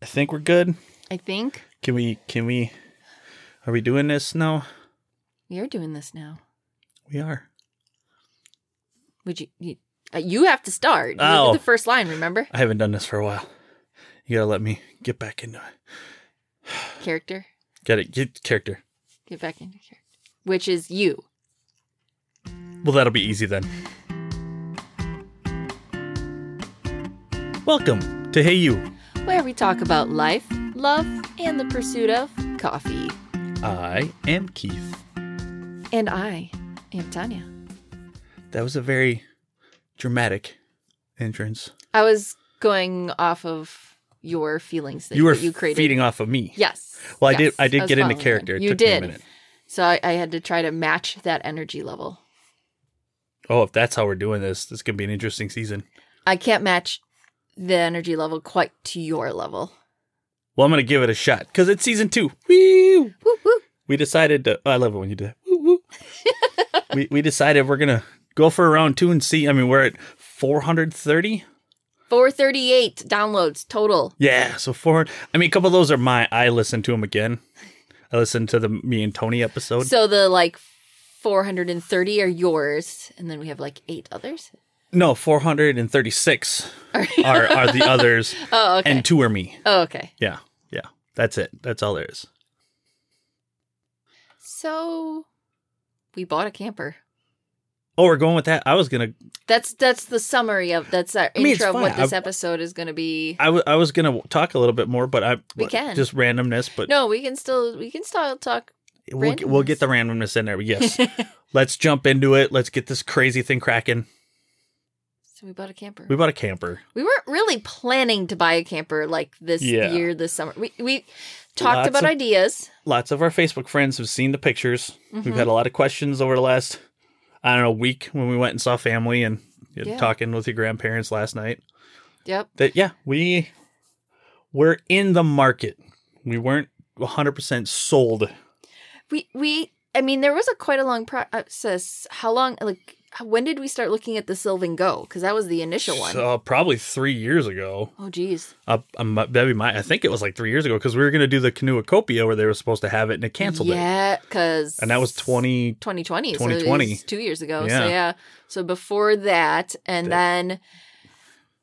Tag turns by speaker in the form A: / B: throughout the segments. A: I think we're good.
B: I think
A: Can we? Can we? Are we doing this now?
B: you're doing this now.
A: We are.
B: Would you? You, uh, you have to start. You did
A: Oh.
B: the first line. Remember
A: I haven't done this for a while. You gotta let me get back into it.
B: character.
A: Got it. Get character.
B: Get back into character. Which is you.
A: Well, that'll be easy then. Welcome to Hey You.
B: where we talk about life, love, and the pursuit of coffee.
A: I am Keith.
B: And I am Tanya.
A: That was a very dramatic entrance.
B: I was going off of your feelings that
A: you were
B: that you created.
A: feeding off of me.
B: Yes.
A: Well, I
B: yes.
A: did. I did
B: was
A: get into
B: following
A: character. It
B: You
A: took
B: did.
A: Me a minute.
B: So I, I had to try to match that energy level.
A: Oh, if that's how we're doing this, this is gonna be an interesting season.
B: I can't match the energy level quite to your level.
A: Well, I'm gonna give it a shot because it's season two. Woo!
B: Woo, woo.
A: We decided to. oh, I love it when you do that. Woo, woo. we we decided we're gonna go for a round two and see. I mean, we're at 430.
B: 438 downloads total.
A: Yeah, so four. I mean, a couple of those are my. I listened to them again. I listened to the me and Tony episode.
B: So the like 430 are yours, and then we have like eight others.
A: no, 436 are are the others,
B: Oh, okay.
A: and two are me.
B: oh, okay.
A: Yeah, yeah. That's it. That's all there is.
B: So we bought a camper.
A: Oh, we're going with that. I was gonna.
B: That's that's the summary of that's our
A: I mean, it's
B: intro of what
A: fine.
B: this
A: I-
B: episode is going to be.
A: I was. I was gonna talk a little bit more, but I.
B: We can.
A: just randomness, but
B: no, we can still we can still talk.
A: we'll, we'll get the randomness in there. But yes, let's jump into it. Let's get this crazy thing cracking.
B: So we bought a camper.
A: We bought a camper.
B: We weren't really planning to buy a camper like this
A: Yeah.
B: year, this summer. We we talked
A: Lots
B: about
A: of-
B: ideas.
A: Lots of our Facebook friends have seen the pictures. We've
B: Mhm.
A: had a lot of questions over the last, I don't know, week when we went and saw family and you know,
B: Yeah.
A: talking with your grandparents last night.
B: Yep.
A: That yeah, we we're in the market. We weren't 100% sold.
B: We we I mean there was a quite a long process. How long like how- when did we start looking at the Sylvan Go? Because that was the initial one.
A: So, probably three years ago.
B: oh geez.
A: Uh, um, that'd be my, I think it was like three years ago because we were going to do the canoe Acopia where they were supposed to have it and it canceled it.
B: Yeah, because
A: and that was 20
B: 2020. 2020.
A: 2020.
B: two years ago.
A: Yeah.
B: So, yeah. So, before that, and then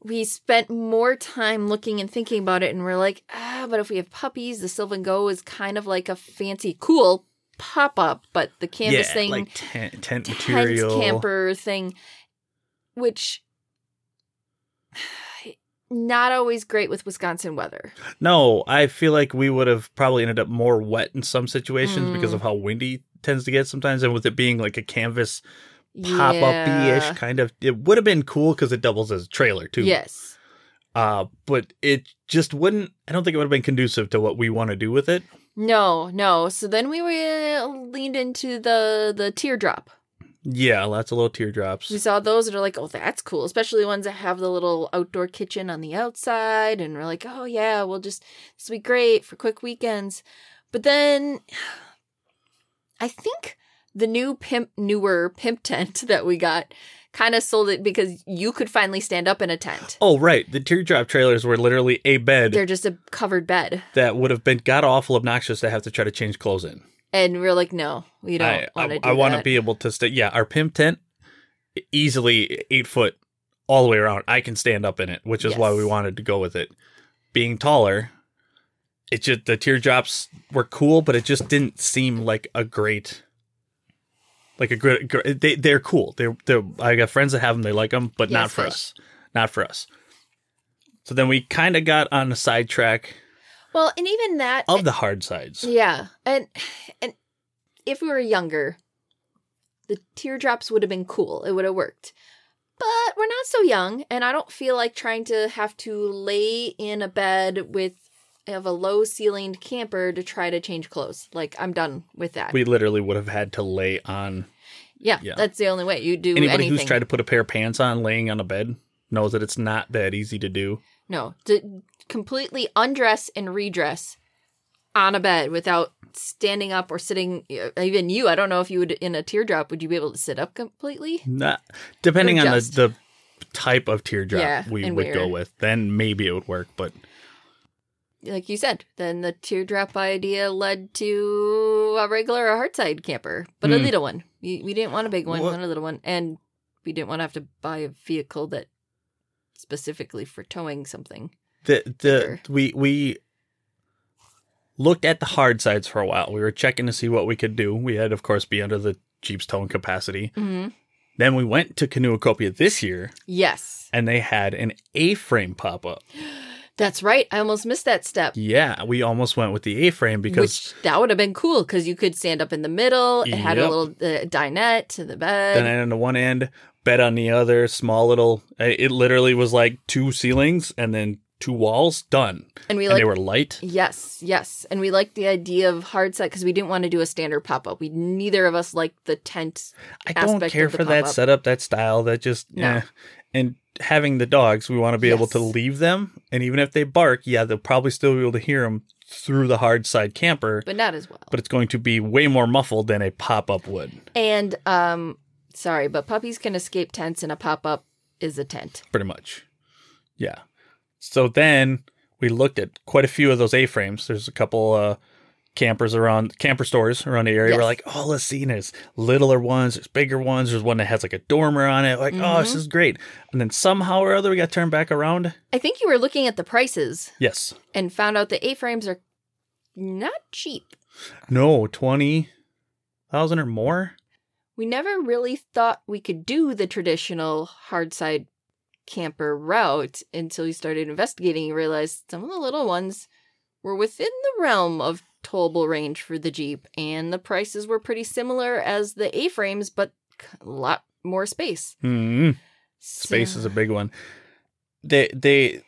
B: we spent more time looking and thinking about it. And we're like, ah, but if we have puppies, the Sylvan Go is kind of like a fancy, cool pop up, but the canvas thing,
A: like tent, tent
B: tent
A: material
B: camper thing, which not always great with Wisconsin weather.
A: no i feel like we would have probably ended up more wet in some situations
B: Mm.
A: because of how windy it tends to get sometimes and with it being like a canvas pop-up-ish
B: Yeah.
A: kind of it would have been cool because it doubles as a trailer too
B: Yes.
A: uh but it just wouldn't i don't think it would have been conducive to what we want to do with it
B: No, no. So then we were leaned into the the teardrop.
A: yeah lots of little teardrops
B: We saw those and are like, oh, that's cool. Especially the ones that have the little outdoor kitchen on the outside, and we're like, oh yeah, we'll just this will be great for quick weekends. But then, I think the new pimp, newer pimp tent that we got kind of sold it because you could finally stand up in a tent.
A: oh right the teardrop trailers were literally a bed
B: They're just a covered bed,
A: that would have been god awful obnoxious to have to try to change clothes in
B: and we're like, no, we
A: I,
B: don't want to.
A: I, I want to be able to stay. Yeah, our pimp tent e, easily eight foot all the way around. I can stand up in it, which is why we
B: Yes.
A: wanted to go with it. Being taller, it just the teardrops were cool, but it just didn't seem like a great. Like a great, gr they they're cool. They're they're. I got friends that have them. They like them, but not
B: Yes,
A: for
B: they-
A: us. Not for us. So then we kind of got on the sidetrack
B: Well, and even that
A: of the hard sides.
B: Yeah, and and if we were younger, the teardrops would have been cool. It would have worked. But we're not so young, and I don't feel like trying to have to lay in a bed with of a low ceilinged camper to try to change clothes. Like I'm done with that.
A: We literally would have had to lay on
B: yeah,
A: yeah.
B: that's the only way you do
A: anybody
B: anything.
A: who's tried to put a pair of pants on laying on a bed knows that it's not that easy to do.
B: no, to completely undress and redress on a bed without standing up or sitting. Even you, I don't know if you would in a teardrop would you be able to sit up completely?
A: Not depending on the,
B: Adjust.
A: the type of teardrop
B: Yeah,
A: we
B: and
A: would go
B: where.
A: with, then maybe it would work. But
B: like you said, then the teardrop idea led to a regular or hard side camper, but a
A: Hmm.
B: little one. We, we didn't want a big one,
A: What-
B: we wanted a little one, and we didn't want to have to buy a vehicle that specifically for towing something.
A: the the
B: Bigger.
A: we we looked at the hard sides for a while. We were checking to see what we could do. We had, of course, be under the Jeep's towing capacity.
B: Mm-hmm.
A: Then we went to Canoacopia this year,
B: Yes,
A: and they had an A-frame pop up.
B: that's right. I almost missed that step.
A: Yeah, we almost went with the A-frame because
B: Which that would have been cool because you could stand up in the middle. It had
A: Yep.
B: a little uh, dinette to the
A: then
B: bed.
A: I on the one end, bed on the other, small little. It it literally was like two ceilings and then two walls. Done,
B: and we
A: and
B: like
A: they were light.
B: Yes, yes. And we liked the idea of hard set because we didn't want to do a standard pop up. We neither of us liked the tent.
A: I don't
B: aspect of
A: care
B: the
A: for that
B: pop-up.
A: setup, that style, that just
B: No.
A: eh. And having the dogs, we want to be able to
B: Yes.
A: leave them, and even if they bark, yeah, they'll probably still be able to hear them through the hard side camper,
B: But not as well.
A: but it's going to be way more muffled than a pop up would.
B: and um sorry, but puppies can escape tents and a pop up is a tent.
A: pretty much. Yeah. So then we looked at quite a few of those A frames. There's a couple uh campers around camper stores around the area.
B: Yes.
A: We're like, oh let's see there's littler ones, there's bigger ones, there's one that has like a dormer on it. Like, oh this is great. And then somehow or other we got turned back around.
B: I think you were looking at the prices
A: Yes.
B: and found out the A frames are not cheap.
A: No, twenty thousand or more.
B: We never really thought we could do the traditional hard side camper route until you started investigating and realized some of the little ones were within the realm of towable range for the Jeep, and the prices were pretty similar as the A frames, but a lot more space.
A: hmm Space
B: So-
A: is a big one. They they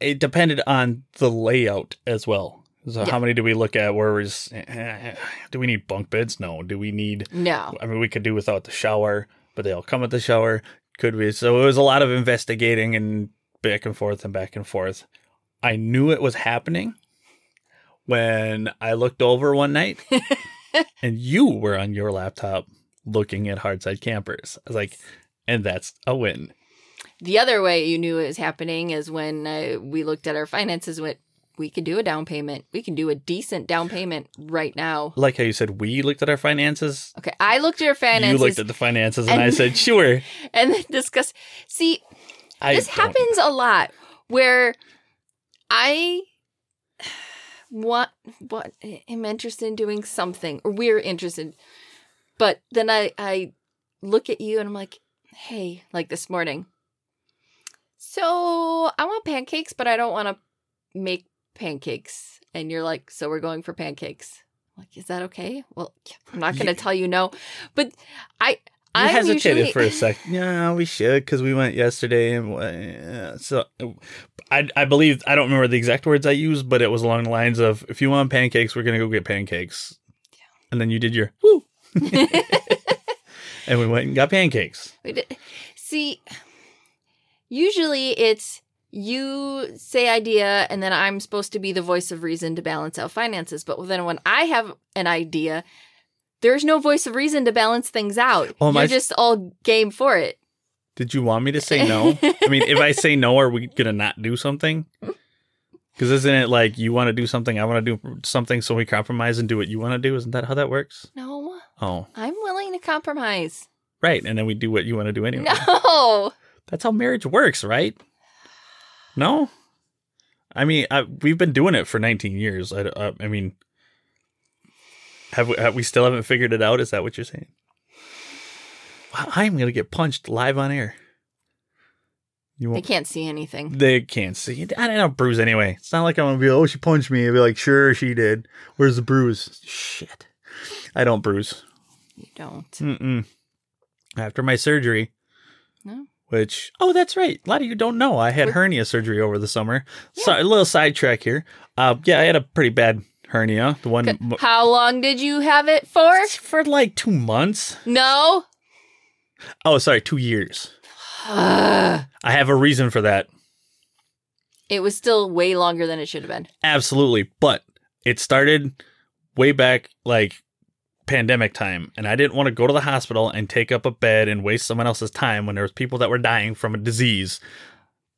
A: it depended on the layout as well. So
B: Yeah.
A: how many do we look at? Where is do we need bunk beds? No. Do we need?
B: no.
A: I mean, we could do without the shower, but they all come with the shower. Could we? So it was a lot of investigating and back and forth and back and forth. I knew it was happening when I looked over one night, and you were on your laptop looking at hardside campers. I was like, and that's a win.
B: The other way you knew it was happening is when uh, we looked at our finances. Went, we could do a down payment. We can do a decent down payment right now.
A: like how you said we looked at our finances.
B: Okay, I looked at our finances.
A: You looked at the finances, and, I
B: And-
A: said, "Sure."
B: and then discuss. See,
A: I
B: this
A: don't-
B: happens a lot where I want what am interested in doing something, or we're interested, but then I I look at you and I'm like, hey, like this morning. So I want pancakes, but I don't want to make pancakes. And you're like, so we're going for pancakes. I'm like, is that okay? Well, I'm not going to
A: You-
B: tell you no, but I
A: You
B: I'm
A: hesitated
B: usually-
A: for a sec. Yeah, we should because we went yesterday, and uh, so I, I believe I don't remember the exact words I used, but it was along the lines of, "If you want pancakes, we're gonna go get pancakes." And then you did your woo, and we went and got pancakes.
B: We did- See, usually it's you say idea and then I'm supposed to be the voice of reason to balance out finances. But then when I have an idea, there's no voice of reason to balance things out.
A: Oh, my-
B: You're just all game for it.
A: Did you want me to say no? I mean, if I say no, are we gonna not do something? Because isn't it like you want to do something, I want to do something, so we compromise and do what you want to do? Isn't that how that works?
B: No,
A: Oh,
B: I'm willing to compromise.
A: right. And then we do what you want to do anyway.
B: No.
A: That's how marriage works, right? No, I mean, I, we've been doing it for 19 years. I, I, I mean, have we, have we still haven't figured it out? Is that what you're saying? Wow, I'm gonna get punched live on air. You
B: They
A: won't.
B: can't see anything.
A: They can't see. it. I don't bruise anyway. It's not like I'm gonna be. Oh, she punched me. I'd be like, sure, she did. Where's the bruise? Shit, I don't bruise.
B: You don't.
A: Mm-mm. After my surgery,
B: No.
A: which oh, that's right. A lot of you don't know I had
B: We're-
A: hernia surgery over the summer. So a little sidetrack here. Uh, yeah, I had a pretty bad hernia. The one m-
B: How long did you have it for?
A: for like two months.
B: No.
A: Oh, sorry, two years. I have a reason for that.
B: It was still way longer than it should have been.
A: Absolutely. But it started way back like pandemic time and I didn't want to go to the hospital and take up a bed and waste someone else's time when there was people that were dying from a disease.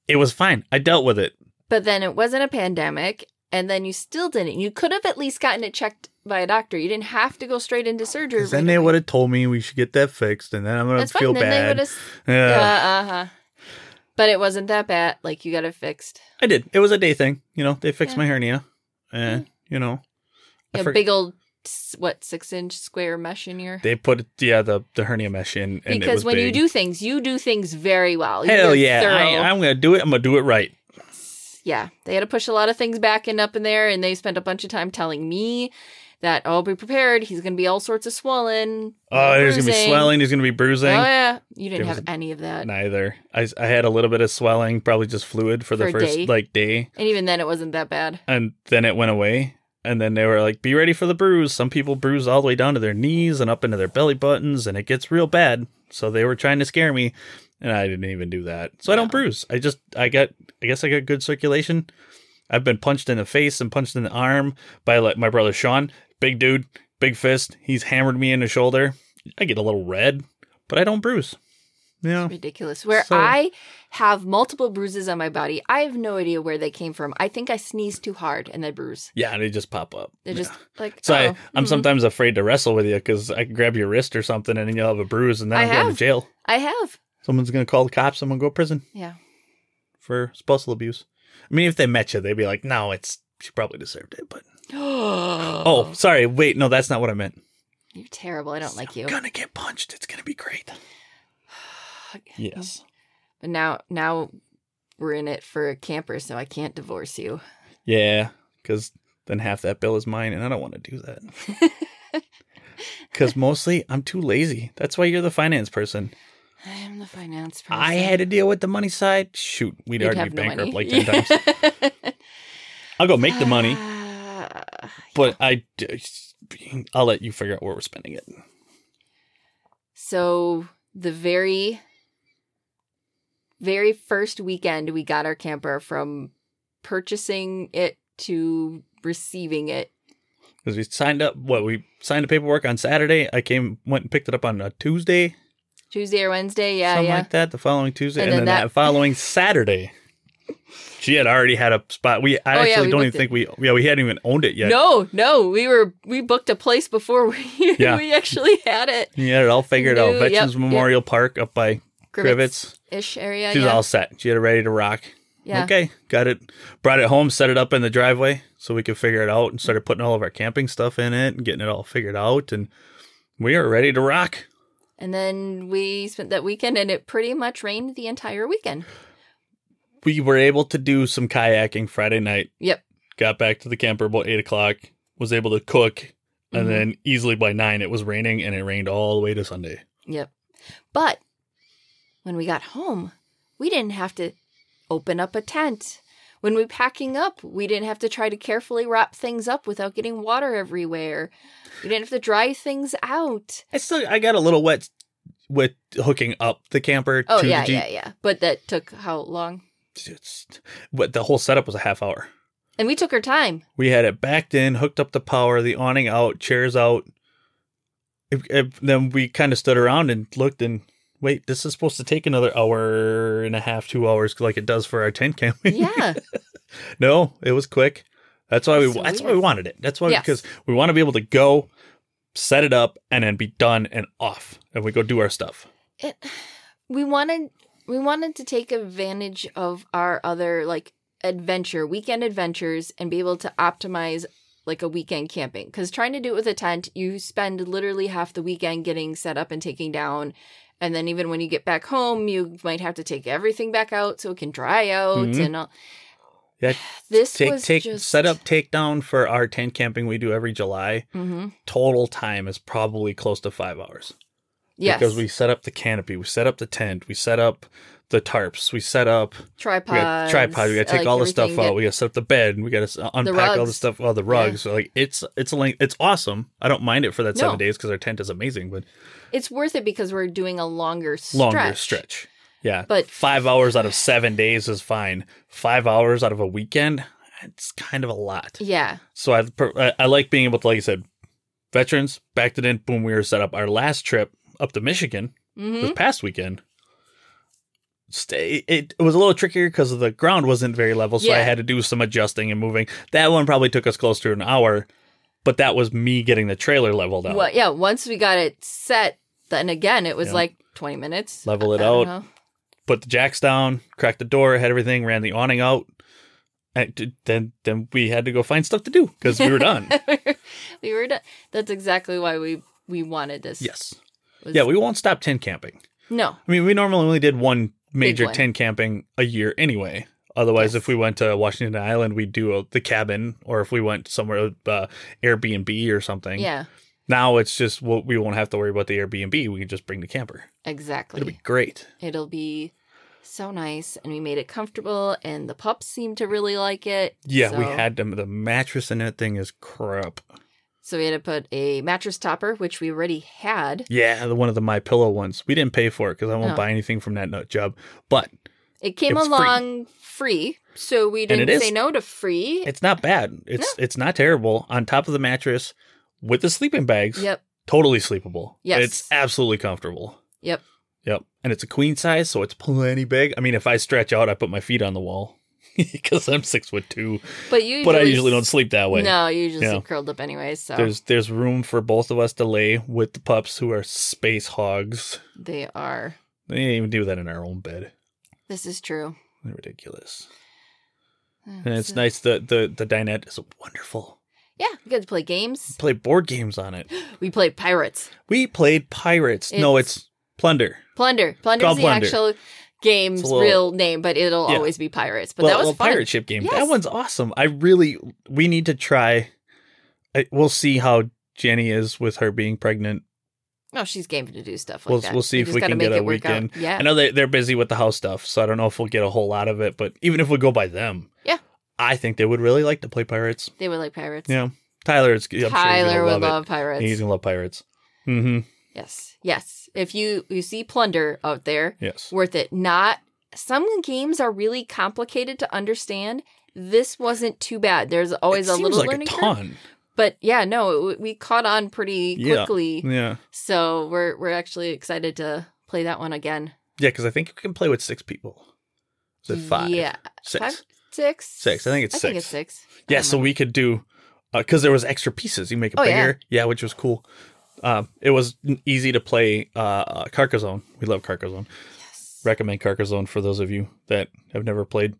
A: It was fine. I dealt with it.
B: But then it wasn't a pandemic and then you still didn't. You could have at least gotten it checked by a doctor. You didn't have to go straight into surgery.
A: 'Cause then they would have told me we should get that fixed, and then I'm gonna
B: That's fine.
A: feel
B: Then they
A: bad.
B: would have.
A: Yeah.
B: Yeah. Uh huh. But it wasn't that bad. Like you got it fixed.
A: I did. It was a day thing. You know, they fixed
B: Yeah.
A: my hernia, and you know, I
B: A
A: forg-
B: big old s- what six inch square mesh in your.
A: they put yeah the the hernia mesh in, and it
B: because
A: was
B: when you
A: big.
B: do things, you do things very well. You're
A: hell yeah,
B: thorough.
A: I, I'm gonna do it. I'm gonna do it right.
B: yeah, they had to push a lot of things back and up in there, and they spent a bunch of time telling me that, oh, be prepared. He's going to be all sorts of swollen.
A: Oh, there's gonna be
B: bruising."
A: swelling. There's gonna be bruising.
B: Oh, yeah. You didn't
A: There
B: have
A: was-
B: any of that.
A: Neither. I s- I had a little bit of swelling, probably just fluid for the
B: For a
A: first
B: day.
A: like day,
B: And even then, it wasn't that bad.
A: and then it went away. And then they were like, "Be ready for the bruise." Some people bruise all the way down to their knees and up into their belly buttons, and it gets real bad. So they were trying to scare me, and I didn't even do that. So I don't
B: Wow.
A: bruise. I just I got I guess I got good circulation. I've been punched in the face and punched in the arm by like my brother Sean, big dude, big fist. He's hammered me in the shoulder. I get a little red, but I don't bruise. Yeah.
B: Ridiculous. Where
A: So-
B: I have multiple bruises on my body, I have no idea where they came from. I think I sneezed too hard and they bruise.
A: Yeah, they just pop up.
B: They're just like,
A: so I,
B: oh,
A: I'm
B: hmm.
A: sometimes afraid to wrestle with you because I can grab your wrist or something and then you'll have a bruise and then
B: I
A: I'm going
B: have.
A: to jail.
B: I have.
A: Someone's going to call the cops. I'm going to go to prison
B: Yeah.
A: for spousal abuse. I mean, if they met you, they'd be like, "No, it's she probably deserved it." But oh,
B: oh.
A: sorry, wait, no, that's not what I meant.
B: You're terrible. I don't like you.
A: I'm gonna get punched. It's gonna be great. Yes.
B: But now, now we're in it for a camper, so I can't divorce you.
A: Yeah, because then half that bill is mine, and I don't want to do that. Because mostly I'm too lazy. That's why you're the finance person.
B: I am the finance person.
A: I had to deal with the money side. Shoot, we'd
B: You'd
A: already
B: have
A: be
B: no
A: bankrupt
B: money.
A: like ten times. I'll go make the money,
B: Ah,
A: but I, I'll let you figure out where we're spending it.
B: so the very, very first weekend we got our camper from purchasing it to receiving it.
A: Because we signed up. What we signed the paperwork on Saturday. I came, went and picked it up on a Tuesday,
B: Tuesday or Wednesday, yeah,
A: something
B: yeah.
A: like that. The following Tuesday,
B: And
A: and,
B: then
A: then,
B: that-
A: that, following Saturday, she had already had a spot. We I
B: Oh, yeah,
A: actually
B: we
A: don't even
B: booked
A: think we yeah we hadn't even owned it yet.
B: No, no, we were we booked a place before we
A: Yeah.
B: we actually had it.
A: She had it all figured out.
B: No, yep,
A: Veterans
B: yep.
A: Memorial Park up by Grivets.
B: ish area.
A: She was
B: yeah.
A: all set. She had it ready to rock.
B: yeah.
A: Okay, got it. Brought it home, set it up in the driveway so we could figure it out and started putting all of our camping stuff in it and getting it all figured out. And we are ready to rock.
B: And then we spent that weekend, and it pretty much rained the entire weekend.
A: We were able to do some kayaking Friday night.
B: Yep.
A: Got back to the camper about eight o'clock, was able to cook. And
B: Mhm.
A: then easily by nine, it was raining and it rained all the way to Sunday.
B: Yep. But when we got home, we didn't have to open up a tent. When we packing up, we didn't have to try to carefully wrap things up without getting water everywhere. We didn't have to dry things out.
A: I still I got a little wet with hooking up the camper
B: Oh
A: to
B: yeah,
A: the Jeep.
B: yeah, yeah. But that took how long?
A: It's- what the whole setup was a half hour.
B: And we took our time.
A: We had it backed in, hooked up the power, the awning out, chairs out. If if- then we kind of stood around and looked and wait, this is supposed to take another hour and a half, two hours, like it does for our tent camping.
B: Yeah.
A: no, it was quick. That's why we.
B: So
A: that's why
B: weird.
A: we wanted it. That's why
B: Yes.
A: because we want to be able to go, set it up, and then be done and off, and we go do our stuff.
B: it, we wanted we wanted to take advantage of our other like adventure weekend adventures and be able to optimize like a weekend camping because trying to do it with a tent you spend literally half the weekend getting set up and taking down and then even when you get back home you might have to take everything back out so it can dry out
A: Mhm.
B: and all
A: Yeah,
B: this
A: Take
B: was
A: take
B: just
A: set up take down for our tent camping we do every July.
B: mm-hmm.
A: Total time is probably close to five hours.
B: yes
A: Because we set up the canopy, we set up the tent, we set up the tarps, we set up we got
B: tripod
A: tripod, we got to take all the stuff out, we got to set up the bed, we got to unpack all the
B: rugs.
A: stuff, all the rugs. So like it's it's a length, it's awesome. I don't mind it for that
B: No.
A: seven days because our tent is amazing, but
B: it's worth it because we're doing a longer stretch
A: longer stretch. Yeah,
B: But-
A: five hours out of seven days is fine. Five hours out of a weekend, it's kind of a lot.
B: yeah
A: So I per- I- I like being able to, like I said, veterans backed it in. Boom, we were set up. Our last trip up to Michigan
B: mm-hmm.
A: this past weekend, stay. It, it was a little trickier because the ground wasn't very level, so I
B: Yeah.
A: had to do some adjusting and moving. That one probably took us close to an hour, but that was me getting the trailer leveled out.
B: Well, yeah, once we got it set, then again, it was
A: Yeah.
B: like 20 minutes.
A: Level it
B: I don't
A: out.
B: know.
A: Put the jacks down, cracked the door, had everything, ran the awning out. And d- then then we had to go find stuff to do because we were done.
B: we were done. That's exactly why we we wanted this.
A: yes.
B: was-
A: Yeah, we won't stop tin camping.
B: No.
A: I mean, we normally only did one major
B: one.
A: tent camping a year anyway. Otherwise,
B: Yes.
A: if we went to Washington Island, we'd do a, the cabin, or if we went somewhere uh, Airbnb or something.
B: Yeah.
A: Now it's just well, we won't have to worry about the Airbnb. We can just bring the camper.
B: Exactly.
A: It'll be great.
B: It'll be so nice, and we made it comfortable, and the pups seemed to really like it.
A: Yeah, we
B: so-
A: had them. The mattress in that thing is crap.
B: So we had to put a mattress topper, which we already had.
A: Yeah, the one of the My Pillow ones. We didn't pay for it because I won't
B: Oh.
A: buy anything from that nut job. But
B: It came
A: It was free.
B: along free. so we
A: it
B: didn't
A: is-
B: say no to free.
A: it's not bad. It's it's not terrible. On top of the mattress with the sleeping bags.
B: Yep.
A: Totally sleepable.
B: Yes.
A: It's absolutely comfortable.
B: Yep.
A: Yep. And it's a queen size, so it's plenty big. I mean, if I stretch out, I put my feet on the wall because I'm six foot two,
B: But you.
A: but I usually don't sleep that way.
B: No, you usually
A: Yeah.
B: sleep curled up anyway. So
A: There's there's room for both of us to lay with the pups who are space hogs.
B: they are.
A: They didn't even do that in our own bed.
B: This is true.
A: They're ridiculous.
B: And
A: And it's nice that the the dinette is wonderful.
B: Yeah, we got to play games.
A: Play board games on it.
B: We played pirates.
A: We played pirates. no,
B: It's-
A: it's plunder.
B: Plunder. Plunder is
A: called
B: the
A: Plunder.
B: actual game's
A: little-
B: real name, but it'll
A: Yeah.
B: always be pirates. But
A: well,
B: that was
A: well,
B: fun.
A: pirate ship game. That
B: Yes.
A: one's awesome. I really we need to try. I, we'll see how Jenny is with her being pregnant.
B: No, Oh, she's game to do stuff like
A: We'll-
B: that.
A: we'll see if
B: just
A: we
B: gotta
A: can get
B: make
A: a
B: it work out.
A: weekend.
B: Yeah.
A: I know they they're busy with the house stuff, so I don't know if we'll get a whole lot of it. But even if we go by them,
B: Yeah.
A: I think they would really like to play pirates.
B: They would like pirates.
A: Yeah, Tyler is. I'm
B: Tyler
A: sure he's gonna
B: would
A: love,
B: love,
A: it.
B: pirates.
A: He's gonna love pirates. Mm-hmm.
B: Yes. Yes. If you you see plunder out there,
A: Yes.
B: worth it. Not some games are really complicated to understand. This wasn't too bad. There's always
A: It
B: a
A: seems
B: little
A: like
B: learning
A: a
B: curve.
A: ton.
B: But yeah, no, it, we caught on pretty
A: Yeah.
B: quickly.
A: Yeah.
B: So we're we're actually excited to play that one again.
A: Yeah, because I think you can play with six people. Is it five?
B: Yeah.
A: Six.
B: Five? Six?
A: Six. I think it's
B: I think
A: six.
B: it's six. Uh-huh. I
A: Yeah,
B: don't
A: so we could do because there was extra pieces. You make it
B: Oh, yeah.
A: bigger, yeah. which was cool. Um, it was n- easy to play uh, uh, Carcassonne. We love Carcassonne.
B: Yes.
A: Recommend Carcassonne for those of you that have never played.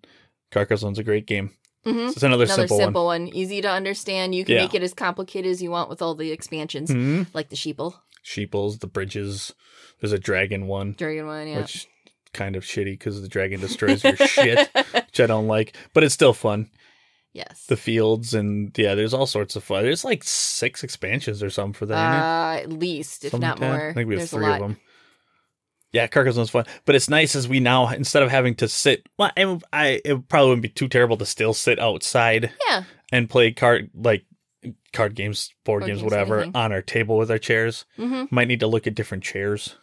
A: Carcassonne's a great game.
B: Mhm.
A: So it's another,
B: Another
A: simple,
B: simple, one. Easy to understand. You can
A: Yeah.
B: make it as complicated as you want with all the expansions,
A: one. hmm
B: like the sheeple,
A: Sheeples, the bridges. There's a dragon one,
B: dragon one, yeah.
A: which kind of shitty because the dragon destroys your shit, which I don't like. But it's still fun.
B: Yes.
A: The fields and yeah, there's all sorts of fun. There's like six expansions or something for that. ain't there?
B: uh, at least, if
A: Something like
B: not
A: that.
B: more.
A: I think we have
B: There's a
A: three
B: lot.
A: of them. Yeah, Carcassone's fun, but it's nice as we now instead of having to sit. Well, I, I it probably wouldn't be too terrible to still sit outside
B: Yeah.
A: and play card like card games, board,
B: Board
A: games,
B: games,
A: whatever,
B: anything.
A: on our table with our chairs.
B: hmm
A: Might need to look at different chairs.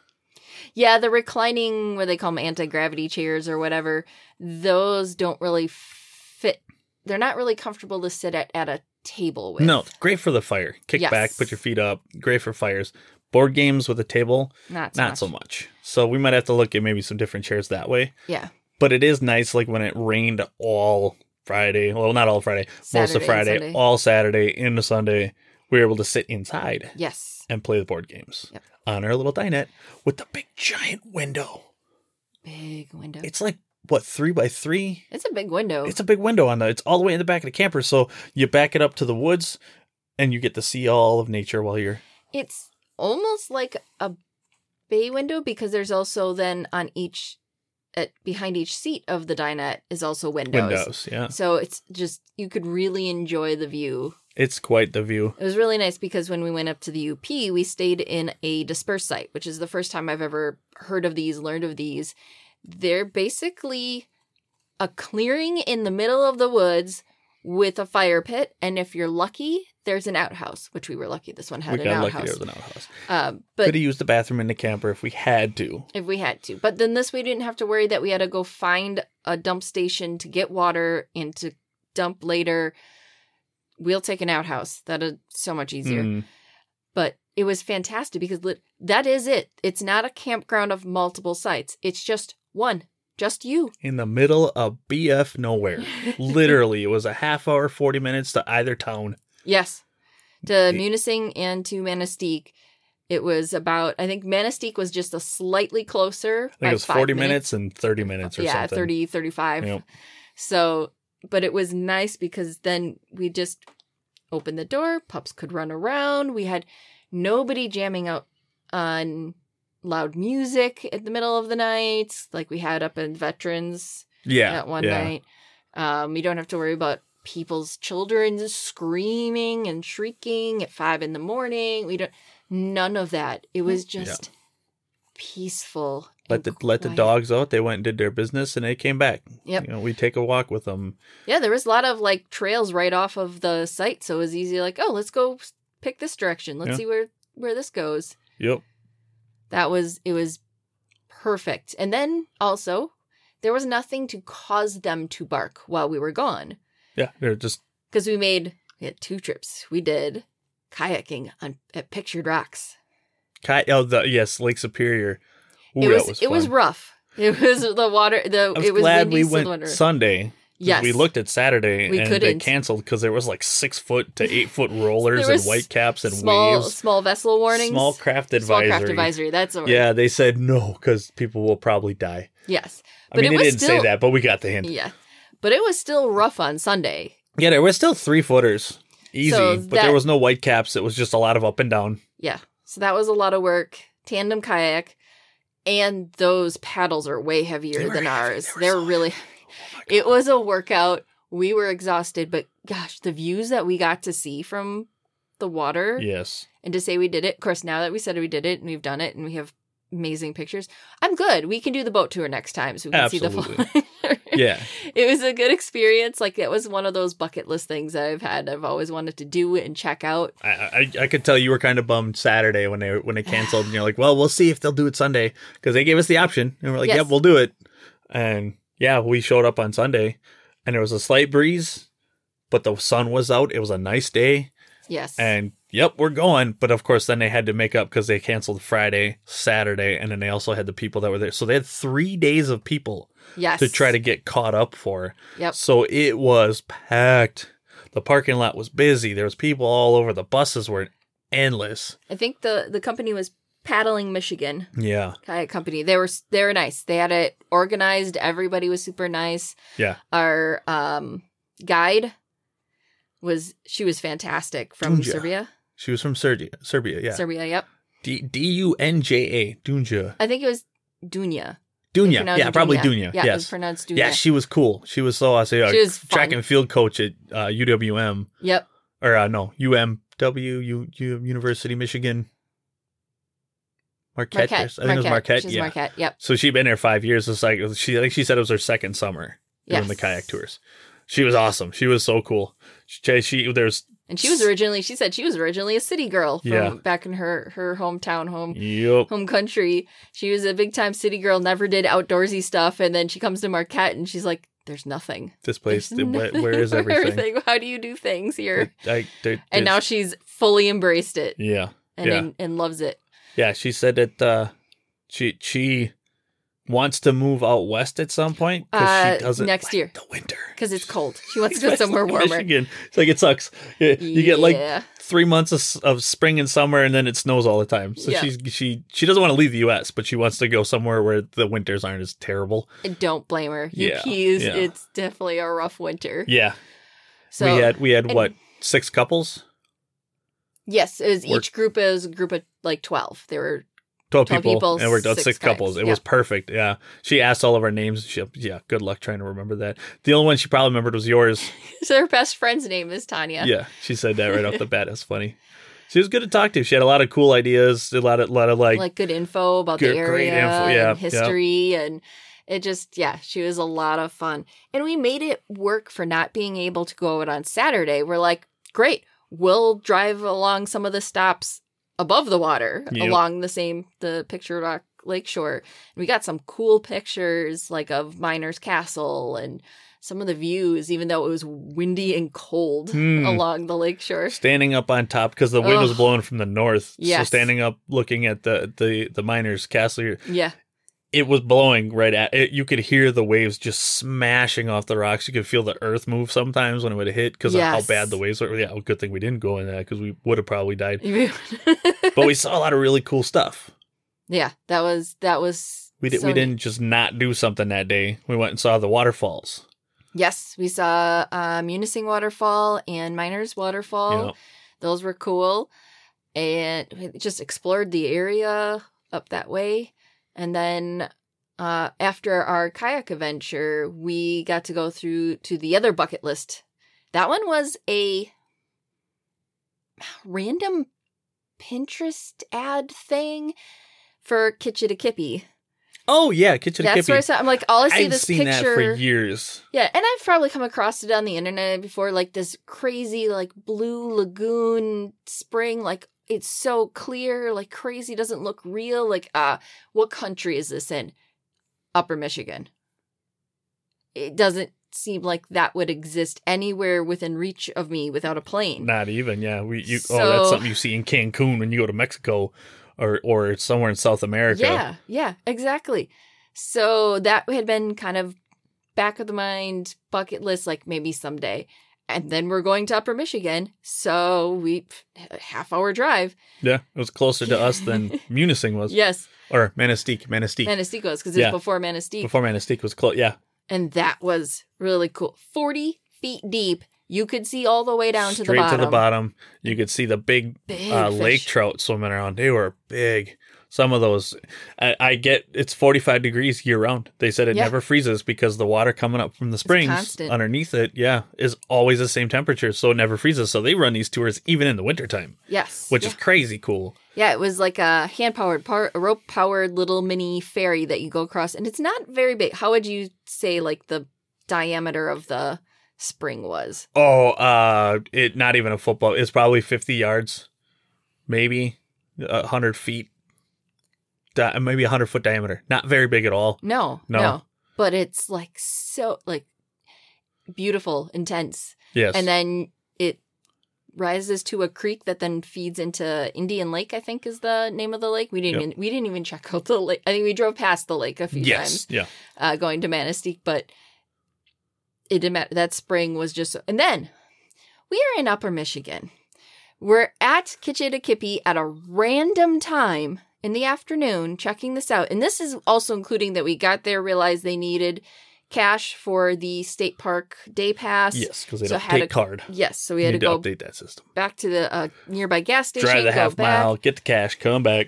B: Yeah, the reclining, where they call them anti gravity chairs or whatever, those don't really fit. They're not really comfortable to sit at, at a table with.
A: No, great for the fire. Kick
B: Yes.
A: back, put your feet up. Great for fires. Board games with a table,
B: Not so
A: not
B: much.
A: so much. So we might have to look at maybe some different chairs that way.
B: Yeah.
A: but it is nice like when it rained all Friday. Well, not all Friday, most of
B: Saturday and
A: Friday,
B: Sunday.
A: all Saturday into Sunday. We were able to sit inside
B: Yes.
A: and play the board games
B: Yep.
A: on our little dinette with the big giant window.
B: Big window. It's,
A: It's like what three by three.
B: a big window.
A: It's a big window on the. It's all the way in the back of the camper, so you back it up to the woods, and you get to see all of nature while you're.
B: it's almost like a bay window because there's also then on each at behind each seat of the dinette is also windows.
A: Windows, yeah.
B: So it's just you could really enjoy the view.
A: It's quite the view.
B: It was really nice because when we went up to the UP, we stayed in a dispersed site, which is the first time I've ever heard of these, learned of these. They're basically a clearing in the middle of the woods with a fire pit, and if you're lucky, there's an outhouse, which we were lucky this one had
A: we
B: an
A: got lucky
B: outhouse.
A: there with an outhouse.
B: Um,
A: Could e-
B: but
A: have used the bathroom in the camper if we had to.
B: if we had to, but then this we didn't have to worry that we had to go find a dump station to get water and to dump later. We'll take an outhouse. That is so much easier.
A: Mm.
B: But it was fantastic because lit- that is it. It's not a campground of multiple sites. It's just one Just you.
A: in the middle of BF nowhere. Literally, it was a half hour, 40 minutes to either town.
B: Yes. To Munising and to Manistique. It was about, I think Manistique was just a slightly closer.
A: I think
B: by
A: it was
B: five
A: 40 minutes. and 30 minutes or
B: yeah,
A: something.
B: thirty, thirty-five. 30, 35.
A: Yep.
B: So, but it was nice because then we just opened the door, pups could run around. We had nobody jamming out on loud music at the middle of the night, like we had up in Veterans
A: Yeah.
B: at one
A: yeah.
B: night. Um, you don't have to worry about people's children screaming and shrieking at five in the morning. We don't. None of that. It was
A: Hmm. Yeah.
B: just peaceful.
A: Let
B: and
A: the let the
B: quiet.
A: dogs out. They went and did their business, and they came back.
B: Yep.
A: You know, we take a walk with them.
B: Yeah, there was a lot of like trails right off of the site, so it was easy. Like, oh, let's go pick this direction. Let's
A: Yeah.
B: see where where this goes.
A: Yep.
B: That was it was perfect. And then also, there was nothing to cause them to bark while we were gone.
A: Yeah. They're just
B: because we made we had two trips. We did kayaking on at Pictured Rocks.
A: ki- oh the yes Lake Superior. Ooh,
B: it
A: that
B: was, it
A: fun.
B: was rough. It was the water. The
A: I was
B: it was
A: glad
B: windy
A: we went
B: cylinder.
A: Sunday. 'cause
B: yes,
A: We looked at Saturday
B: We
A: and they
B: couldn't.
A: canceled because there was like six foot to eight foot rollers and
B: There was
A: white caps and
B: small
A: waves.
B: small vessel warnings.
A: Small craft
B: Small
A: advisory.
B: craft advisory. That's a,
A: Yeah, they said no because people will probably die.
B: Yes,
A: I
B: But
A: mean,
B: it
A: they
B: was
A: didn't say
B: still-
A: that, but we got the hint.
B: yeah, but it was still rough on Sunday.
A: Yeah, there were still three footers, easy,
B: So
A: but
B: that-
A: there was no white caps. It was just a lot of up and down.
B: Yeah, so that was a lot of work. Tandem kayak, and those paddles are way heavier
A: They were
B: than
A: heavy. Oh
B: ours.
A: They were
B: They're
A: so
B: really It was a workout. We were exhausted, but gosh, the views that we got to see from the water
A: Yes.
B: and to say we did it. Of course, now that we said we did it and we've done it and we have amazing pictures, I'm good. We can do the boat tour next time so we can see
A: Absolutely.
B: the full.
A: Yeah.
B: It was a good experience. Like it was one of those bucket list things that I've had. I've always wanted to do and check out.
A: I, I I could tell you were kind of bummed Saturday when they when they canceled, and you're like, well, we'll see if they'll do it Sunday because they gave us the option, and we're like,
B: Yes.
A: yep, we'll do it. And yeah, we showed up on Sunday, and there was a slight breeze, but the sun was out. It was a nice day,
B: Yes.
A: and yep, we're going. But of course, then they had to make up because they canceled Friday, Saturday, and then they also had the people that were there. So they had three days of people
B: yes.
A: to try to get caught up for.
B: Yep.
A: So it was packed. The parking lot was busy. There was people all over. The buses were endless.
B: I think the the company was paddling Michigan.
A: Yeah.
B: kayak company. They were they were nice. They had it organized. Everybody was super nice.
A: Yeah.
B: Our um guide was she was fantastic from
A: Dunja.
B: Serbia.
A: She was from Serbia. Serbia, yeah.
B: Serbia, yep.
A: D U N J A. Dunja.
B: I think it was Dunya. They
A: Dunya.
B: pronounced
A: Yeah,
B: it
A: probably Dunya.
B: Yeah, it was
A: yes.
B: pronounced Dunya.
A: Yeah, she uh, was cool. She was so awesome.
B: She was fun.
A: track and field coach at uh, UWM
B: Yep.
A: or uh, no, UMW U, U, University Michigan. Marquette.
B: Marquette.
A: I think it was Marquette.
B: She's
A: yeah.
B: Marquette. Yep.
A: So she'd been there five years. It's like she, I think she said it was her second summer doing
B: Yes.
A: the kayak tours. She was awesome. She was so cool. She, she there's
B: And she was originally she said she was originally a city girl from
A: Yeah.
B: back in her her hometown home
A: yep.
B: home country. She was a big time city girl, never did outdoorsy stuff, and then she comes to Marquette and she's like, There's nothing.
A: This place.
B: There's
A: where-
B: nothing
A: where is
B: for
A: everything?
B: How do you do things here?
A: It- I- there-
B: And now
A: there's-
B: she's fully embraced it
A: yeah,
B: and
A: yeah.
B: and, and loves it.
A: yeah. She said that uh, she she wants to move out west at some point
B: Uh,
A: she doesn't
B: next
A: like
B: year.
A: the winter
B: Because it's cold. She wants to go
A: Especially
B: somewhere
A: in
B: warmer.
A: Michigan. It's like it sucks. You, you get like
B: yeah.
A: three months of, s- of spring and summer, and then it snows all the time. So
B: Yeah.
A: she's she she doesn't want to leave the U.S., but she wants to go somewhere where the winters aren't as terrible.
B: I don't blame her. You
A: Yeah,
B: peas,
A: yeah.
B: it's definitely a rough winter.
A: Yeah,
B: So
A: we had we had
B: and-
A: what six couples,
B: yes, it was
A: We're-
B: each group is a group of like twelve. They were
A: twelve,
B: 12
A: people,
B: people,
A: and worked out
B: six
A: six couples.
B: guys.
A: It was perfect. Yeah, she asked all of our names. She, yeah, good luck trying to remember that. The only one she probably remembered was yours.
B: so her best friend's name is Tanya.
A: Yeah, she said that right off the bat. That's funny. She was good to talk to. She had a lot of cool ideas. A lot of lot of like,
B: Like, good info about
A: Good-
B: the area
A: great info, yeah,
B: and history and it just yeah she was a lot of fun and we made it work for not being able to go out on saturday we're like great we'll drive along some of the stops above the water
A: Yep.
B: along the same the picture rock lakeshore and we got some cool pictures like of miner's castle and some of the views even though it was windy and cold
A: Hmm.
B: along the lakeshore
A: standing up on top because the wind was
B: Ugh.
A: blowing from the north. So
B: Yes.
A: standing up, looking at the the the miners' castle, you're-
B: yeah
A: it was blowing right at it. You could hear the waves just smashing off the rocks. You could feel the earth move sometimes when it would hit because of
B: Yes.
A: how bad the waves were. Yeah, well, good thing we didn't go in that because we would have probably died. But we saw a lot of really cool stuff.
B: yeah, that was that was
A: We did.
B: so
A: we
B: neat.
A: didn't just not do something that day. We went and saw the waterfalls.
B: Yes, we saw um, Munising Waterfall and Miners Waterfall.
A: You know,
B: Those were cool. And we just explored the area up that way. And then uh, after our kayak adventure, we got to go through to the other bucket list. That one was a random Pinterest ad thing for Kitchi to Kippy.
A: oh yeah, kitchen
B: That's
A: Kippy.
B: where I saw. I'm like, all I see
A: I've
B: this
A: seen
B: picture.
A: that for years.
B: Yeah, and I've probably come across it on the internet before, like this crazy, like blue lagoon spring, like it's so clear, like crazy, doesn't look real. Like, uh, what country is this in? Upper Michigan. It doesn't seem like that would exist anywhere within reach of me without a plane.
A: Not even, yeah. We you oh,
B: So-
A: that's something you see in Cancun when you go to Mexico or or somewhere in South America.
B: Yeah, yeah, exactly. So that had been kind of back of the mind bucket list, like maybe someday. And then we're going to Upper Michigan, so we pff, a half hour drive.
A: Yeah, It was closer to us than Munising was.
B: Yes,
A: Or Manistique, Manistique.
B: Manistee goes because it's
A: Yeah.
B: before Manistee,
A: Before Manistique was close. Yeah.
B: and that was really cool. Forty feet deep, you could see all the way down to
A: Straight
B: the bottom.
A: to the bottom. You could see the big,
B: Big
A: uh,
B: fish.
A: lake trout swimming around. They were big. Some of those, I, I get it's 45 degrees year round. They said it
B: Yeah.
A: never freezes because the water coming up from the springs
B: constant.
A: underneath it, yeah, is always the same temperature. So it never freezes. So they run these tours even in the wintertime,
B: Yes,
A: which
B: yeah.
A: is crazy cool.
B: Yeah, it was like a hand powered, par- a rope powered little mini ferry that you go across, and it's not very big. How would you say like the diameter of the spring was?
A: Oh, uh, it not even a football. It's probably fifty yards, maybe a hundred feet, di- maybe a hundred foot diameter. Not very big at all.
B: No,
A: No.
B: no, but it's like so like beautiful, intense,
A: Yes,
B: and then it rises to a creek that then feeds into Indian Lake. I think is the name of the lake. We didn't
A: Yep.
B: even we didn't even check out the lake. I think we drove past the lake a few
A: yes,
B: times.
A: yeah.
B: uh, going to Manistee, but it didn't matter. That spring was just. And then we are in Upper Michigan. We're at Kitchitakippi at a random time in the afternoon, checking this out. And this is also including that we got there, realized they needed cash for the state park day pass.
A: Yes, because they
B: So
A: don't
B: had
A: take
B: a-
A: card.
B: Yes, so we
A: We
B: had to
A: Need to
B: go
A: update that system.
B: back to the uh, nearby gas station,
A: Drive the
B: go
A: half
B: back,
A: mile, get the cash, come back.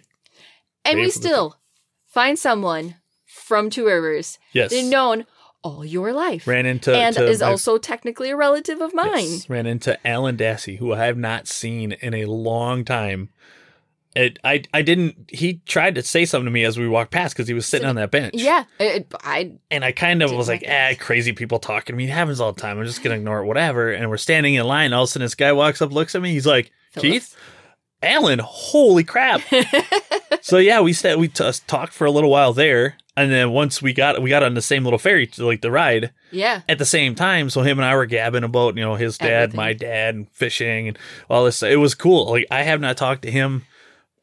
A: pay
B: and we
A: for the-
B: still find someone from Two Rivers
A: Yes,
B: they've known all your life.
A: ran into
B: and
A: to
B: is
A: my-
B: also technically a relative of mine.
A: Yes, ran into Alan Dassey, who I have not seen in a long time. It, I, I didn't. He tried to say something to me as we walked past because he was sitting
B: Sitting-
A: on that bench.
B: Yeah, it- I
A: And I kind of
B: Didn't
A: was like, eh,
B: recognize.
A: crazy people talking to me. It happens all the time. I'm just going to ignore it, whatever. And we're standing in line. All of a sudden, this guy walks up, looks at me. He's like, Keith? Alan, holy crap. so, yeah, we said we t- uh, talked for a little while there. And then once we got we got on the same little ferry, to, like the ride
B: yeah,
A: at the same time. So him and I were gabbing about, you know, his dad,
B: Everything.
A: my dad, and fishing and all this. It was cool. Like I have not talked to him.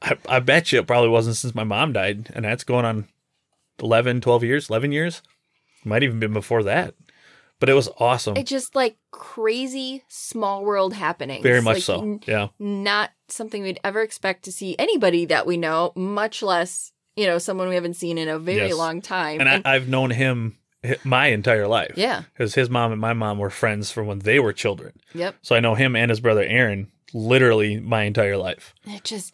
A: I, I bet you it probably wasn't since my mom died, and that's going on 11, 12 years, eleven years. Might even been before that. But it was awesome.
B: it's just like crazy small world happening.
A: Very much so. Yeah.
B: Not something we'd ever expect to see anybody that we know, much less you know someone we haven't seen in a very
A: Yes.
B: long time.
A: And I, I've known him hi- my entire life
B: yeah,
A: because his mom and my mom were friends from when they were children.
B: yep.
A: So I know him and his brother Aaron literally my entire life.
B: It just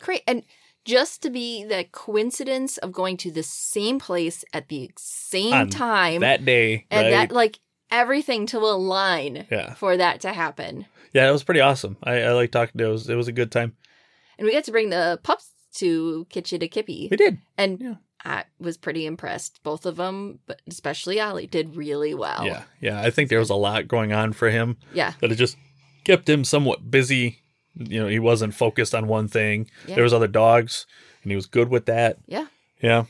B: great and. Just to be the coincidence of going to the same place at the same
A: On
B: time
A: That day,
B: and
A: right?
B: that like everything to align
A: Yeah.
B: for that to happen.
A: Yeah, it was pretty awesome. I, I like talking to it. it. Was, it was a good time.
B: And we got to bring the pups to Kitchen to Kippy,
A: We did.
B: and
A: yeah.
B: I was pretty impressed. Both of them, but especially Ollie, did really well.
A: Yeah, yeah. I think there was a lot going on for him
B: yeah,
A: that it just kept him somewhat busy. You know, he wasn't focused on one thing.
B: Yeah.
A: There was other dogs, and he was good with that.
B: yeah.
A: Yeah.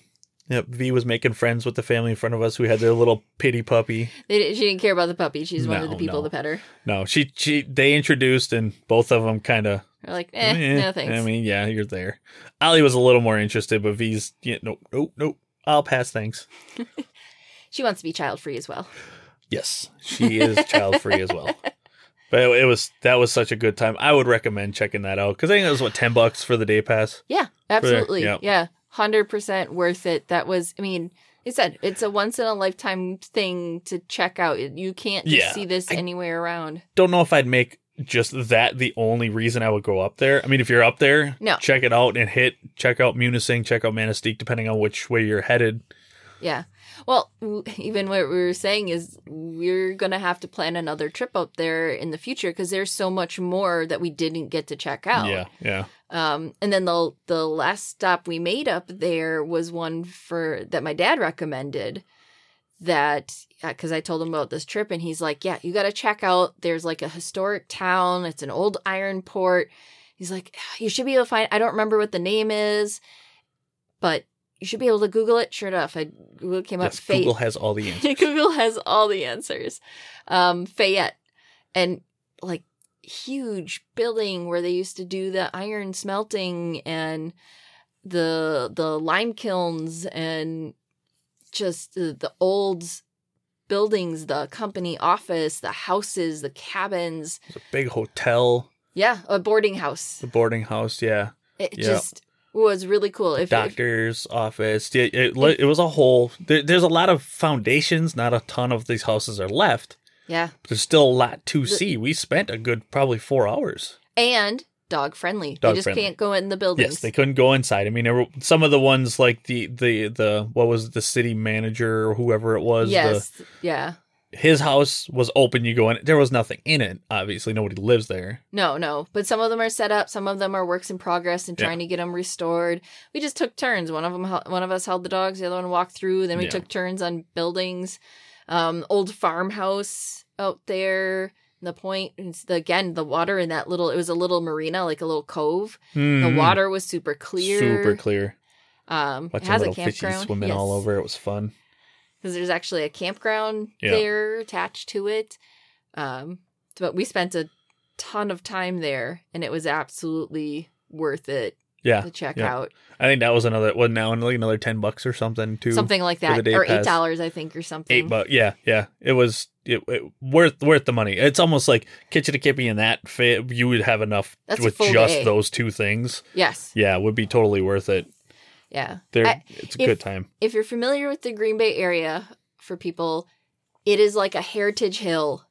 A: Yep, V was making friends with the family in front of us who had their little pity puppy.
B: They didn't, she didn't care about the puppy. She's one of
A: No,
B: the people
A: no.
B: to pet her.
A: No, she she they introduced and both of them kind of
B: We're like, eh, no thanks.
A: I mean, yeah, you're there. Ollie was a little more interested, but V's yeah, nope, nope, nope. I'll pass. Thanks.
B: She wants to be child free as well.
A: Yes, she is child free as well. But it, it was that was such a good time. I would recommend checking that out because I think it was what ten bucks for the day pass.
B: Yeah, absolutely.
A: yeah.
B: Yeah, hundred percent worth it. That was, I mean, I said it's a once in a lifetime thing to check out. You can't just
A: Yeah.
B: see this
A: I-
B: anywhere around.
A: Don't know if I'd make just that the only reason I would go up there. I mean, if you're up there,
B: No.
A: check it out and hit check out Munising, check out Manistique, depending on which way you're headed.
B: Yeah. Well, w- even what we were saying is we're going to have to plan another trip up there in the future because there's so much more that we didn't get to check out.
A: Yeah, yeah.
B: Um, and then the the last stop we made up there was one for that my dad recommended that because I told him about this trip and he's like, yeah, you got to check out. There's like a historic town. It's an old iron port. He's like, "Ah, you should be able to find. I don't remember what the name is, but you should be able to Google it. Sure enough, I Google came up.
A: Yes,
B: Fate-
A: Google has all the answers.
B: Google has all the answers. Um, Fayette and like huge building where they used to do the iron smelting and the the lime kilns and just the, the old buildings, the company office, the houses, the cabins.
A: There's a big hotel,
B: Yeah, a boarding house.
A: the boarding house. Yeah,
B: It
A: Yeah.
B: just was really cool. If, if
A: doctor's office. It, it, it was a whole. There, there's a lot of foundations. Not a ton of these houses are left.
B: yeah,
A: But there's still a lot to see. We spent a good probably four hours.
B: and dog friendly. you
A: Dog
B: just
A: friendly.
B: can't go in the buildings.
A: Yes, they couldn't go inside. I mean, there were some of the ones like the the the what was it, the city manager or whoever it was.
B: yes, yeah.
A: The, his house was open. You go in. There was nothing in it. Obviously, nobody lives there.
B: No, no. But some of them are set up, some of them are works in progress and
A: Yeah.
B: trying to get them restored. We just took turns. One of them hel- one of us held the dogs, the other one walked through, then we
A: Yeah.
B: took turns on buildings. Um old farmhouse out there. The point is the, again the water in that little it was a little marina, like a little cove. The
A: Mhm.
B: water was super clear.
A: super clear.
B: Um it
A: Watching
B: has a
A: little fishies
B: campground
A: swimming all over. It was fun.
B: Because there's actually a campground
A: Yeah.
B: there attached to it. Um but we spent a ton of time there and it was absolutely worth it
A: Yeah,
B: to check
A: yeah.
B: out
A: I think that was another one now, and like another ten bucks or something too.
B: something like
A: the
B: that
A: day
B: or eight
A: pass.
B: dollars i think or something
A: Eight bucks. Yeah, yeah. It was it, it- worth worth the money. It's almost like Kitchen to Kippy and that fit. You would have enough
B: That's a
A: with
B: full
A: just
B: day.
A: those two things.
B: yes
A: Yeah, would be totally worth it.
B: yeah
A: There,
B: I-
A: it's a
B: if-
A: good time.
B: if you're familiar with the green bay area for people it is like a heritage hill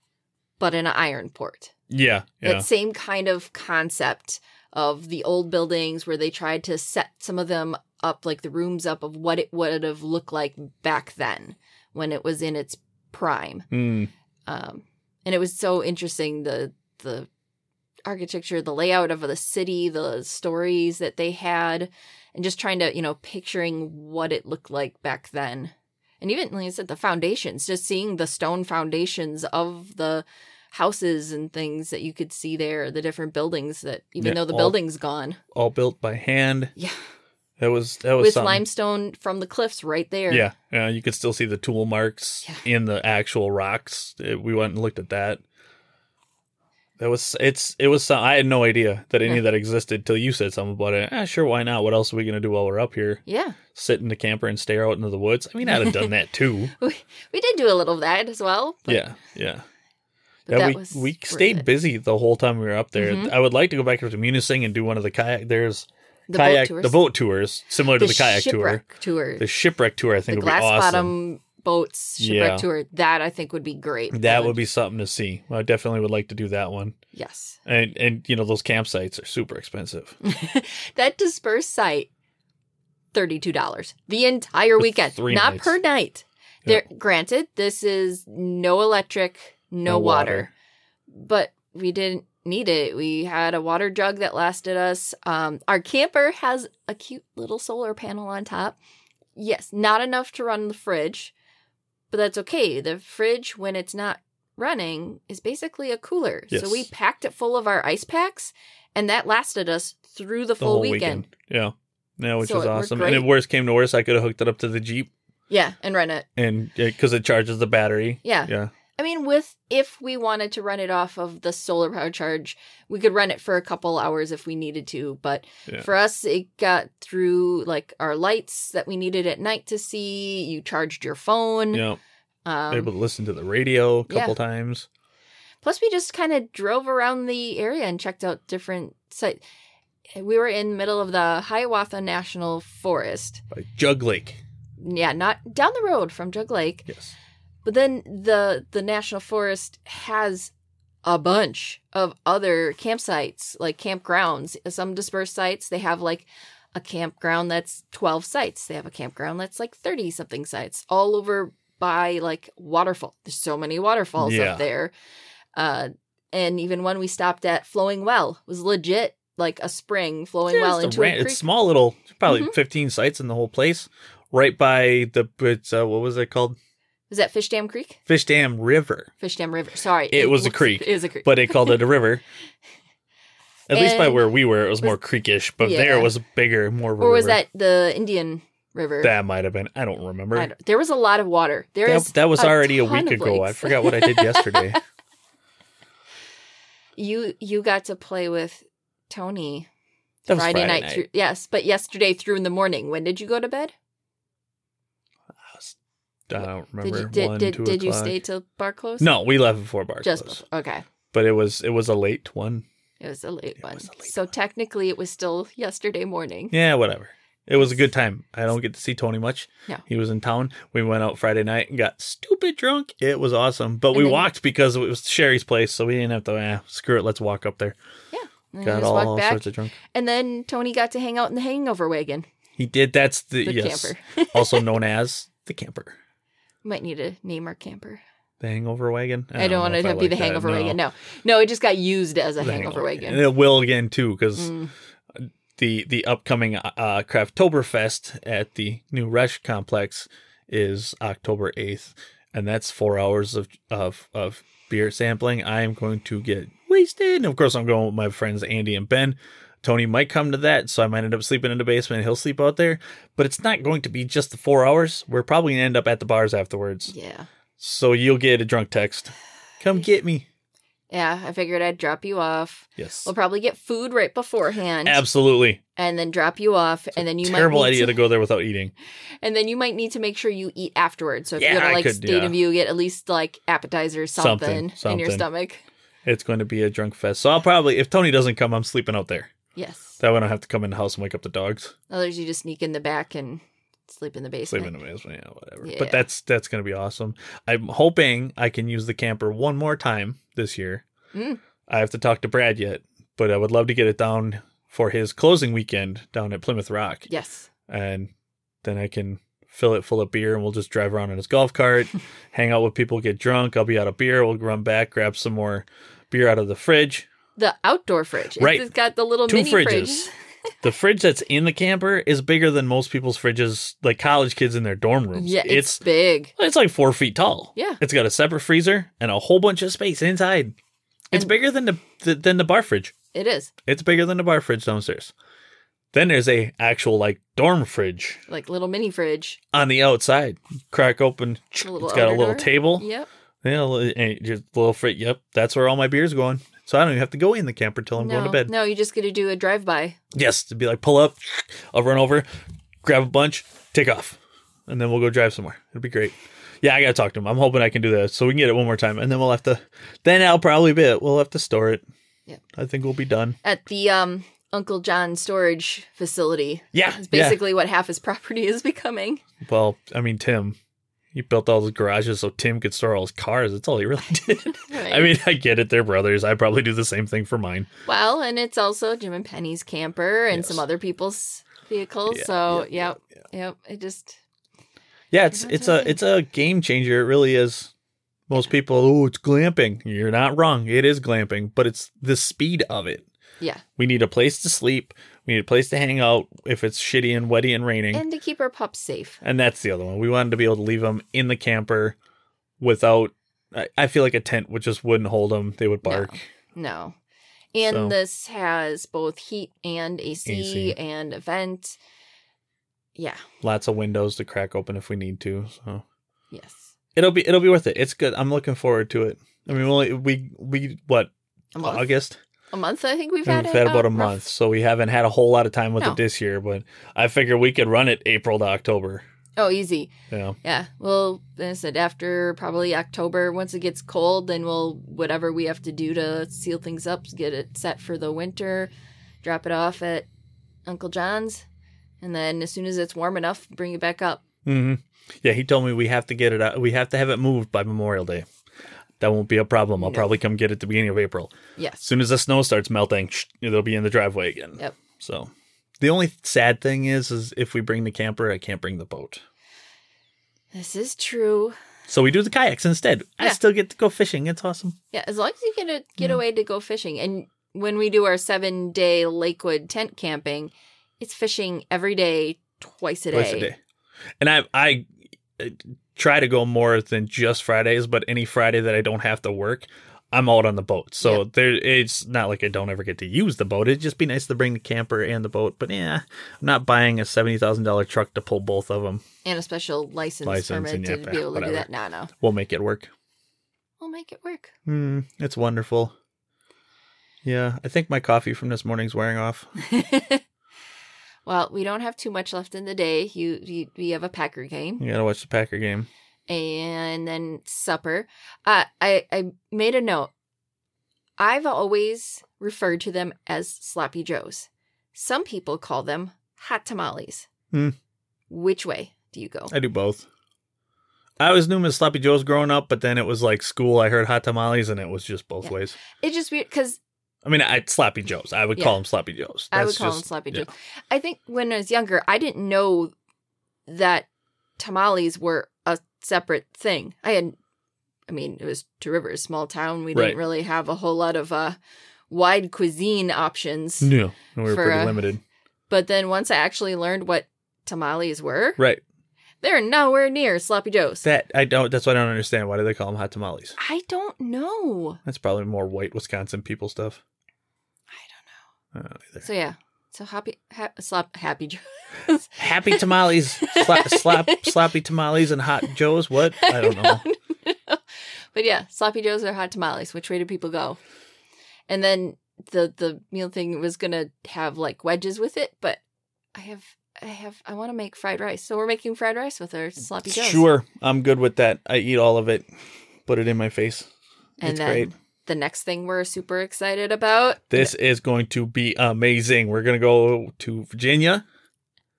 B: but in an iron port
A: Yeah, yeah,
B: that same kind of concept of the old buildings where they tried to set some of them up like the rooms up of what it would have looked like back then when it was in its prime
A: Mm,
B: um, and it was so interesting the the architecture the layout of the city the stories that they had and just trying to you know picturing what it looked like back then and even like i said the foundations just seeing the stone foundations of the houses and things that you could see there the different buildings that even
A: Yeah,
B: though the
A: all-
B: building's gone
A: all built by hand.
B: yeah
A: That was that was
B: with
A: something.
B: limestone from the cliffs right there
A: Yeah, yeah. You could still see the tool marks in the actual rocks. Uh, we went and looked at that. That was it's it was. Some, I had no idea that any
B: Yeah.
A: of that existed till you said something about it. Ah, sure, why not? What else are we gonna do while we're up here?
B: yeah
A: Sit in the camper and stare out into the woods. I mean, I'd have done that too.
B: we did do a little of that as well but,
A: yeah, yeah. yeah
B: but that
A: we
B: was
A: we
B: worth
A: stayed
B: it.
A: busy the whole time we were up there.
B: Mhm.
A: I would like to go back up to Munising and do one of the kayak. There's
B: the
A: kayak
B: boat
A: the
B: tours.
A: boat tours similar to the kayak tour.
B: shipwreck tour,
A: The shipwreck tour I think
B: the
A: would be
B: glass
A: awesome.
B: bottom boats shipwreck
A: Yeah.
B: tour. That I think would be great.
A: That would be something to see. I definitely would like to do that one.
B: yes.
A: And and you know those campsites are super expensive.
B: that dispersed site, thirty two dollars the entire
A: For
B: weekend,
A: three
B: not
A: nights.
B: per night.
A: Yeah.
B: There, granted, this is no electric, no,
A: No
B: water.
A: water.
B: but we didn't need it. We had a water jug that lasted us. Um, our camper has a cute little solar panel on top. Yes, not enough to run the fridge, but that's okay. The fridge, when it's not running, is basically a cooler. So
A: Yes.
B: we packed it full of our ice packs, and that lasted us through the,
A: The
B: full
A: whole weekend.
B: weekend.
A: Yeah. Yeah, which
B: So
A: is
B: it worked
A: awesome.
B: great.
A: And if worst came to worst, I could have hooked it up to the Jeep
B: Yeah, and run it.
A: and because it charges the battery.
B: Yeah.
A: Yeah.
B: I mean, with if we wanted to run it off of the solar power charge, we could run it for a couple hours if we needed to. But
A: Yeah.
B: for us, it got through like our lights that we needed at night to see. You charged your phone.
A: Yeah, able
B: Um,
A: to listen to the radio a
B: yeah.
A: couple times.
B: plus, we just kind of drove around the area and checked out different sites. We were in the middle of the Hiawatha National Forest.
A: By Jug Lake.
B: Yeah, not down the road from Jug Lake.
A: Yes.
B: But then the the national forest has a bunch of other campsites, like campgrounds. Some dispersed sites they have like a campground that's 12 sites. They have a campground that's like 30 something sites all over by like waterfall. There's so many waterfalls
A: Yeah.
B: up there. Uh and even when we stopped at Flowing Well was legit like a spring flowing
A: Yeah,
B: well
A: it's a
B: into
A: ran-
B: a creek.
A: It's Mm-hmm. small little, probably
B: Mhm.
A: 15 sites in the whole place. Right by the, it's, uh, what was it called?
B: was that Fish Dam Creek?
A: Fish Dam River.
B: Fish Dam River. Sorry.
A: It was a
B: looks-
A: creek,
B: It is a creek.
A: But they called it a river.
C: At least by
B: And-
C: where we were, it was
B: was-
C: more creekish, but
B: Yeah.
C: there
A: It
C: was
A: was bigger, more of a
B: or was
A: river.
B: that the Indian River?
A: That might have been. I don't remember.
B: I don't- there was a lot of water. There
A: that,
B: is
A: that was
B: a
A: already a
B: ton
A: week
B: of
A: ago. I
B: lakes.
A: forgot what I did yesterday.
B: you you got to play with Tony
A: That was
B: Friday,
A: Friday
B: night,
A: night.
B: through yes, but yesterday through in the morning. When did you go to bed?
A: I don't
B: Did
A: remember.
B: you did
A: One,
B: did,
A: two
B: did you
A: o'clock.
B: stay till bar close?
A: No, we left before bar
B: just
A: close.
B: before- okay.
A: But it was it was a late one.
B: It was a late
A: It
B: one.
A: was a late
B: so
A: one.
B: technically, it was still yesterday morning.
A: Yeah, whatever. It was a good time. I don't get to see Tony much.
B: No.
A: He was in town. We went out Friday night and got stupid drunk. It was awesome. But
B: And
A: we
B: then-
A: walked because it was Sherry's place, so we didn't have to eh, screw it, let's walk up there.
B: And then I
A: Got
B: just
A: all
B: walked back,
A: sorts of drunk.
B: and then Tony got to hang out in the hangover wagon.
A: He did that's the,
B: The
A: yes.
B: camper.
A: also known as the camper.
B: Might need to name our camper.
A: The hangover wagon.
B: I don't,
A: know if
B: want it to be
A: like
B: the
A: that.
B: hangover
A: No.
B: wagon. No, no, it just got used as a
A: The
B: hangover
A: And
B: wagon.
A: it will again too, because
B: Mm.
A: the the upcoming uh Crafttoberfest at the New Resch complex is October 8th and that's 4 hours of of of beer sampling. I am going to get wasted. And of course I'm going with my friends Andy and Ben. Tony might come to that, so I might end up sleeping in the basement. He'll sleep out there, but it's not going to be just the 4 hours. We're probably going to end up at the bars afterwards.
B: Yeah.
A: So you'll get a drunk text. Come get me.
B: Yeah, I figured I'd drop you off.
A: Yes.
B: We'll probably get food right beforehand,
A: Absolutely.
B: and then drop you off, and then you
A: Terrible
B: might need
A: idea
B: to,
A: to go there without eating.
B: and then you might need to make sure you eat afterwards. So if
A: Yeah,
B: you go
A: I
B: to like
A: could-
B: State
A: yeah.
B: of You, get at least like appetizer
A: Something,
B: something, in your
A: something.
B: stomach.
A: It's going to be a drunk fest. So I'll probably, if Tony doesn't come, I'm sleeping out there.
B: Yes.
A: That way I don't have to come in the house and wake up the dogs.
B: Others you just sneak in the back and sleep in the
A: Sleep in
B: basement.
A: the basement, yeah, whatever.
B: Yeah.
A: But that's that's going to be awesome. I'm hoping I can use the camper one more time this year.
B: Mm.
A: I have to talk to Brad yet, but I would love to get it down for his closing weekend down at Plymouth Rock,
B: Yes.
A: and then I can fill it full of beer and we'll just drive around in his golf cart, hang out with people, get drunk. I'll be out of beer. We'll run back, grab some more beer out of the fridge.
B: The outdoor fridge. It's-
A: Right.
B: It's got the little
A: two
B: mini
A: fridges.
B: fridge.
A: the fridge that's in the camper is bigger than most people's fridges, like college kids in their dorm rooms.
B: Yeah, it's,
A: it's
B: big.
A: it's like four feet tall.
B: Yeah.
A: it's got a separate freezer and a whole bunch of space inside. It's
B: And-
A: bigger than the, the than the bar fridge.
B: It is
A: It's bigger than the bar fridge downstairs. Then there's a actual like dorm fridge
B: like little mini fridge.
A: on the outside. Crack open. It's
B: A
A: got
B: little
A: a
B: outer
A: little
B: door.
A: table.
B: Yep.
A: Yeah, a little- and just a little fridge. Yep, that's where all my beer's going. So I don't even have to go in the camper till I'm
B: no,
A: going to bed.
B: no, you just got to do a drive by.
A: Yes, to be like pull up, I'll run over, grab a bunch, take off, and then we'll go drive somewhere. It'll be great. Yeah, I gotta talk to him. I'm hoping I can do that so we can get it one more time, and then we'll have to. Then I'll probably be it. We'll have to store it.
B: Yep.
A: I think we'll be done.
B: at the um Uncle John storage facility.
A: Yeah,
B: It's
A: yeah.
B: basically what half his property is becoming.
A: Well, I mean, Tim, he built all those garages so Tim could store all his cars. That's all he really did.
B: Right.
A: I mean, I get it. They're brothers. I probably do the same thing for mine.
B: well, and it's also Jim and Penny's camper and
A: Yes.
B: some other people's vehicles.
A: Yeah,
B: so,
A: yeah,
B: yep, yep, It just
A: Yeah, it's
B: That's
A: it's
B: what I
A: a
B: think.
A: it's a game changer. It really is. Most people, oh, it's glamping. You're not wrong. It is glamping, but it's the speed of it.
B: yeah,
A: We need a place to sleep. We need a place to hang out if it's shitty and wetty and raining. And,
B: and to keep our pups safe.
A: that's the other one. We wanted to be able to leave them in the camper without. I, I feel like a tent would just wouldn't hold them. They would
B: No.
A: bark.
B: No. And
A: So-
B: this has both heat and AC,
A: AC.
B: and a vent. Yeah.
A: Lots of windows to crack open if we need to. So
B: Yes.
A: It'll be it'll be worth it. It's good. I'm looking forward to it. I mean, we only, we we what
B: A month.
A: August?
B: A month, I think we've
A: We've
B: had
A: had,
B: it,
A: about
B: uh,
A: a
B: rough-
A: month, so we haven't had a whole lot of time with
B: No.
A: it this year. But I figure we could run it April to October.
B: Oh, easy.
A: You know,
B: Yeah. Well, then I said after probably October, once it gets cold, then we'll whatever we have to do to seal things up, get it set for the winter, drop it off at Uncle John's, and then as soon as it's warm enough, bring it back up.
A: hmm yeah. He told me we have to get it out. We have to have it moved by Memorial Day. That won't be a problem. I'll
B: No.
A: probably come get it at the beginning of April. As
B: Yes.
A: soon as the snow starts melting, it'll be in the driveway again.
B: Yep.
A: So the only sad thing is, is if we bring the camper, I can't bring the boat.
B: This is true.
A: So we do the kayaks instead. I
B: Yeah.
A: still get to go fishing. It's awesome.
B: Yeah, as long as you get a get
A: Yeah.
B: away to go fishing. And when we do our seven day Lakewood tent camping, it's fishing every day, twice a day.
A: Twice a day. And I I uh, try to go more than just Fridays, but any Friday that I don't have to work, I'm out on the boat. So there it's not like I don't ever get to use the boat. It'd just be nice to bring the camper and the boat, but yeah, I'm not buying a $70,000 truck to pull both of them.
B: And a special license,
A: License
B: permit
A: and yeah,
B: to be able to
A: whatever.
B: do that. No, no.
A: We'll make it work.
B: We'll make it work.
A: Mm, it's wonderful. Yeah, I think my coffee from this morning's wearing off.
B: well, we don't have too much left in the day. You, you we have a Packer game
A: You gotta watch the Packer game.
B: and then supper. Uh, I I made a note. I've always referred to them as sloppy joes. Some people call them hot tamales.
A: Hmm.
B: Which way do you go?
A: I do both. I always knew them as Sloppy Joe's growing up, but then it was like school. I heard hot tamales, and it was just both
B: Yeah.
A: ways.
B: It's just weird because
A: I mean, I Sloppy Joe's. I would
B: Yeah.
A: call them Sloppy Joe's.
B: I would
A: That's
B: call
A: just-
B: them sloppy
A: yeah.
B: joes. I think when I was younger, I didn't know that tamales were a separate thing. I had, I mean, it was Two Rivers, small town. We
A: Right.
B: didn't really have a whole lot of uh, wide cuisine options.
A: No, we were
B: For,
A: pretty
B: uh,
A: limited.
B: But then once I actually learned what tamales were,
A: Right.
B: they're nowhere near sloppy joes.
A: That I don't. That's why I don't understand. Why do they call them hot tamales?
B: I don't know.
A: That's probably more white Wisconsin people stuff.
B: I
A: I don't know either.
B: don't know. So yeah, so happy, ha- slop, happy joes.
A: Happy tamales, slap, slap, sloppy tamales, and hot Joe's. What? I don't know.
B: know. But yeah, sloppy joes or hot tamales. Which way do people go? And then the the meal thing was gonna have like wedges with it, but I have I have I want to make fried rice, so we're making fried rice with our sloppy joes.
A: Sure, I'm good with that. I eat all of it. Put it in my face.
B: and
A: it's
B: then
A: great.
B: the next thing we're super excited about
A: This is going to be amazing. We're gonna go to Virginia.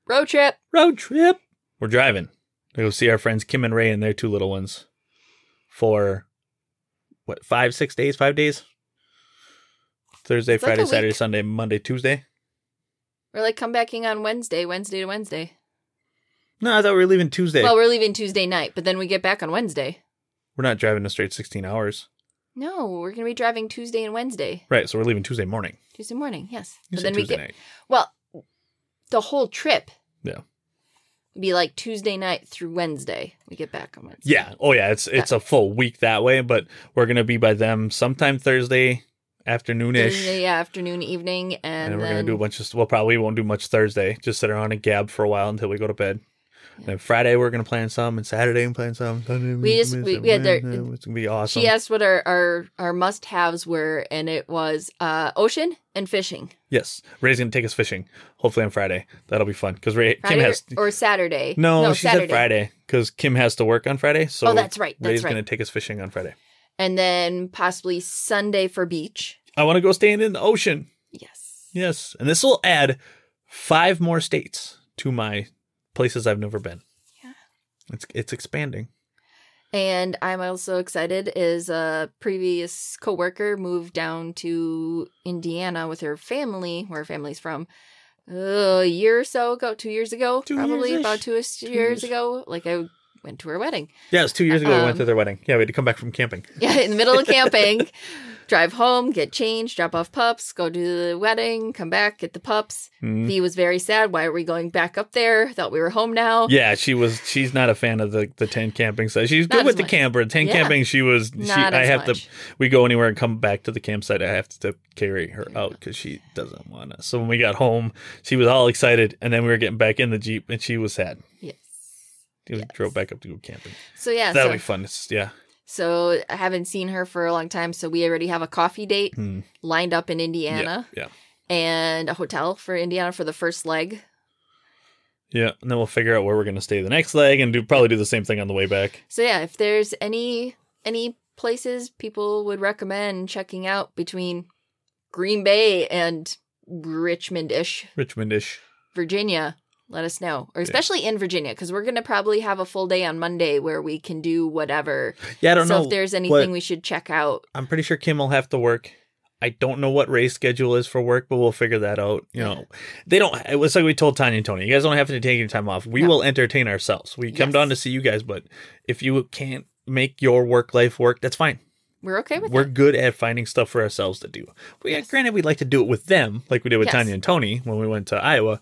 B: road trip.
A: road trip. We're driving to go see our friends Kim and Ray and their two little ones for what five, six days, five days. Thursday,
B: It's like
A: Friday,
B: a
A: Saturday,
B: week.
A: Sunday, Monday, Tuesday.
B: We're like comebacking on Wednesday, Wednesday to Wednesday.
A: No, I thought we were leaving Tuesday.
B: Well, we're leaving Tuesday night, but then we get back on Wednesday.
A: we're not driving a straight sixteen hours,
B: No, we're gonna be driving Tuesday and Wednesday,
A: right? So we're leaving Tuesday morning.
B: Tuesday morning. Yes,
A: You
B: but
A: said
B: then we
A: Tuesday
B: get
A: night.
B: Well, the whole trip.
A: Yeah.
B: Would be like Tuesday night through Wednesday. We get back on Wednesday.
A: Yeah. Oh yeah. It's it's a full week that way, but we're gonna be by them sometime Thursday afternoonish.
B: Thursday afternoon, evening, and,
A: And, we're
B: then
A: gonna do a bunch of well, probably won't do much Thursday. Just sit around and gab for a while until we go to bed. And
B: Yeah.
A: then Friday we're gonna plan some, and Saturday we're playing some. Sunday
B: We just- we- we had their-
A: it's gonna be awesome.
B: She asked what our our, our must haves were, and it was uh, ocean and fishing.
A: Yes, Ray's gonna take us fishing. Hopefully on Friday. That'll be fun because Ray
B: Friday
A: Kim
B: or-
A: has
B: or, Saturday.
A: no, she said Friday because Kim has to work on Friday. So
B: oh, that's right. That's
A: Ray's
B: right.
A: gonna take us fishing on Friday.
B: And then possibly Sunday for beach.
A: I want to go stand in the ocean.
B: Yes.
A: Yes, and this will add five more states to my places I've never been.
B: Yeah.
A: It's it's expanding.
B: And I'm also excited is a previous coworker moved down to Indiana with her family, where her family's from, uh, a year or so ago, two years ago,
A: Two
B: probably
A: years-ish.
B: about two, years
A: years.
B: ago. Like I went to her wedding.
A: Yeah, it was two years ago. we went
B: Um,
A: to their wedding. Yeah, we had to come back from camping.
B: Yeah, in the middle of camping, drive home, get changed, drop off pups, go to the wedding, come back, get the pups.
A: Mm.
B: V was very sad. Why are we going back up there? Thought we were home now.
A: Yeah, she was. She's not a fan of the the tent camping side. She's
B: Not
A: good with
B: as
A: the
B: much.
A: camper. Tent
B: Yeah.
A: camping, she was. She,
B: Not
A: I
B: as
A: have
B: much.
A: to. We go anywhere and come back to the campsite. I have to carry her out because she doesn't want us. So when we got home, she was all excited, and then we were getting back in the jeep, and she was sad.
B: Yes.
A: We drove back up to go camping.
B: So yeah,
A: That'll
B: so,
A: be fun. It's, yeah.
B: so I haven't seen her for a long time. So we already have a coffee date
A: Hmm.
B: lined up in
A: Yeah,
B: Indiana
A: Yeah.
B: and a hotel for Indiana for the first leg.
A: Yeah, and then we'll figure out where we're gonna stay the next leg, and do probably do the same thing on the way back.
B: So yeah, if there's any any places people would recommend checking out between Green Bay and Richmond-ish
A: Richmondish.
B: Virginia, let us know. Or
A: Yeah.
B: especially in Virginia cuz we're going to probably have a full day on Monday where we can do whatever.
A: Yeah, I don't
B: so
A: know.
B: if there's anything
A: what-
B: we should check out.
A: I'm pretty sure Kim will have to work. I don't know what race schedule is for work, but we'll figure that out. You know, they don't. It was like we told Tanya and Tony, you guys don't have to take any time off. We
B: No.
A: will entertain ourselves. We come
B: Yes.
A: down to see you guys, but if you can't make your work life work, that's fine.
B: We're okay with
A: We're
B: that.
A: good at finding stuff for ourselves to do. We
B: Yes.
A: granted we'd like to do it with them, like we did with
B: Yes.
A: Tanya and Tony when we went to Iowa.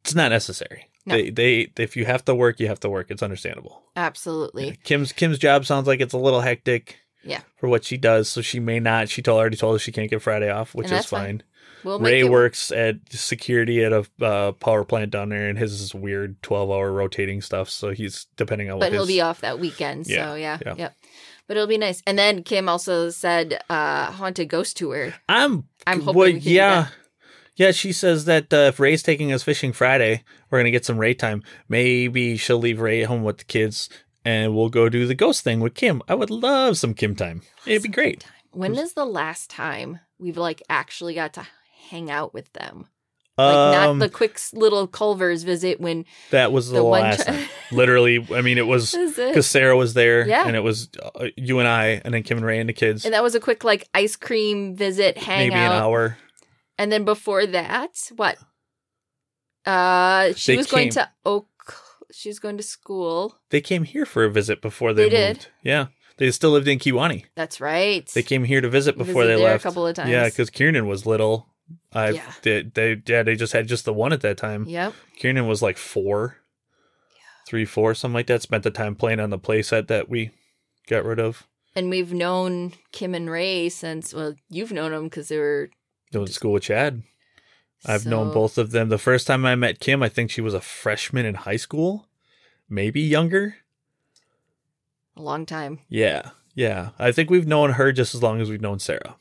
A: It's not necessary.
B: No.
A: They, they, if you have to work, you have to work. It's understandable.
B: Absolutely.
A: Yeah, Kim's Kim's job sounds like it's a little hectic.
B: Yeah.
A: For what she does, so she may not. She told already told us she can't get Friday off, which
B: And
A: is
B: that's fine.
A: fine.
B: We'll
A: Ray
B: make it
A: works at security at a uh, power plant down there, and his is weird twelve hour rotating stuff. So he's depending on
B: but
A: what
B: he'll
A: his,
B: be off that weekend.
A: Yeah,
B: so yeah,
A: yeah.
B: yep. But it'll be nice. And then Kim also said uh haunted ghost tour.
A: I'm
B: I'm hoping
A: well,
B: we can do
A: yeah. Yeah, she says that uh, if Ray's taking us fishing Friday, we're gonna get some Ray time. Maybe she'll leave Ray at home with the kids, and we'll go do the ghost thing with Kim. I would love some Kim time. It'd be great.
B: When is the last time we've like actually got to hang out with them? Like
A: Um,
B: not the quick s- little Culver's visit when
A: that was the,
B: the one
A: last
B: time-
A: time. Literally, I mean, it was
B: This is it.
A: because Sarah was there,
B: Yeah.
A: and it was uh, you and I, and then Kim and Ray and the kids.
B: and that was a quick like ice cream visit
A: maybe
B: hangout.
A: an hour.
B: And then before that, what? Uh she
A: They
B: was going
A: came-
B: to Oak she was going to school.
A: They came here for a visit before they,
B: They did.
A: moved. Yeah, they still lived in Kiwani.
B: That's right.
A: They came here to visit
B: We
A: before
B: visited
A: they
B: there
A: left.
B: a couple of times.
A: Yeah, because Kiernan was little. I
B: Yeah.
A: they, they yeah they just had just the one at that time.
B: Yep.
A: Kiernan was like four, three, four, something like that. Spent the time playing on the playset that we got rid of.
B: And we've known Kim and Ray since well, you've known them because they were.
A: Doing school with Chad. I've known
B: so-
A: both of them. The first time I met Kim, I think she was a freshman in high school, maybe younger.
B: a long time.
A: Yeah. Yeah. I think we've known her just as long as we've known Sarah.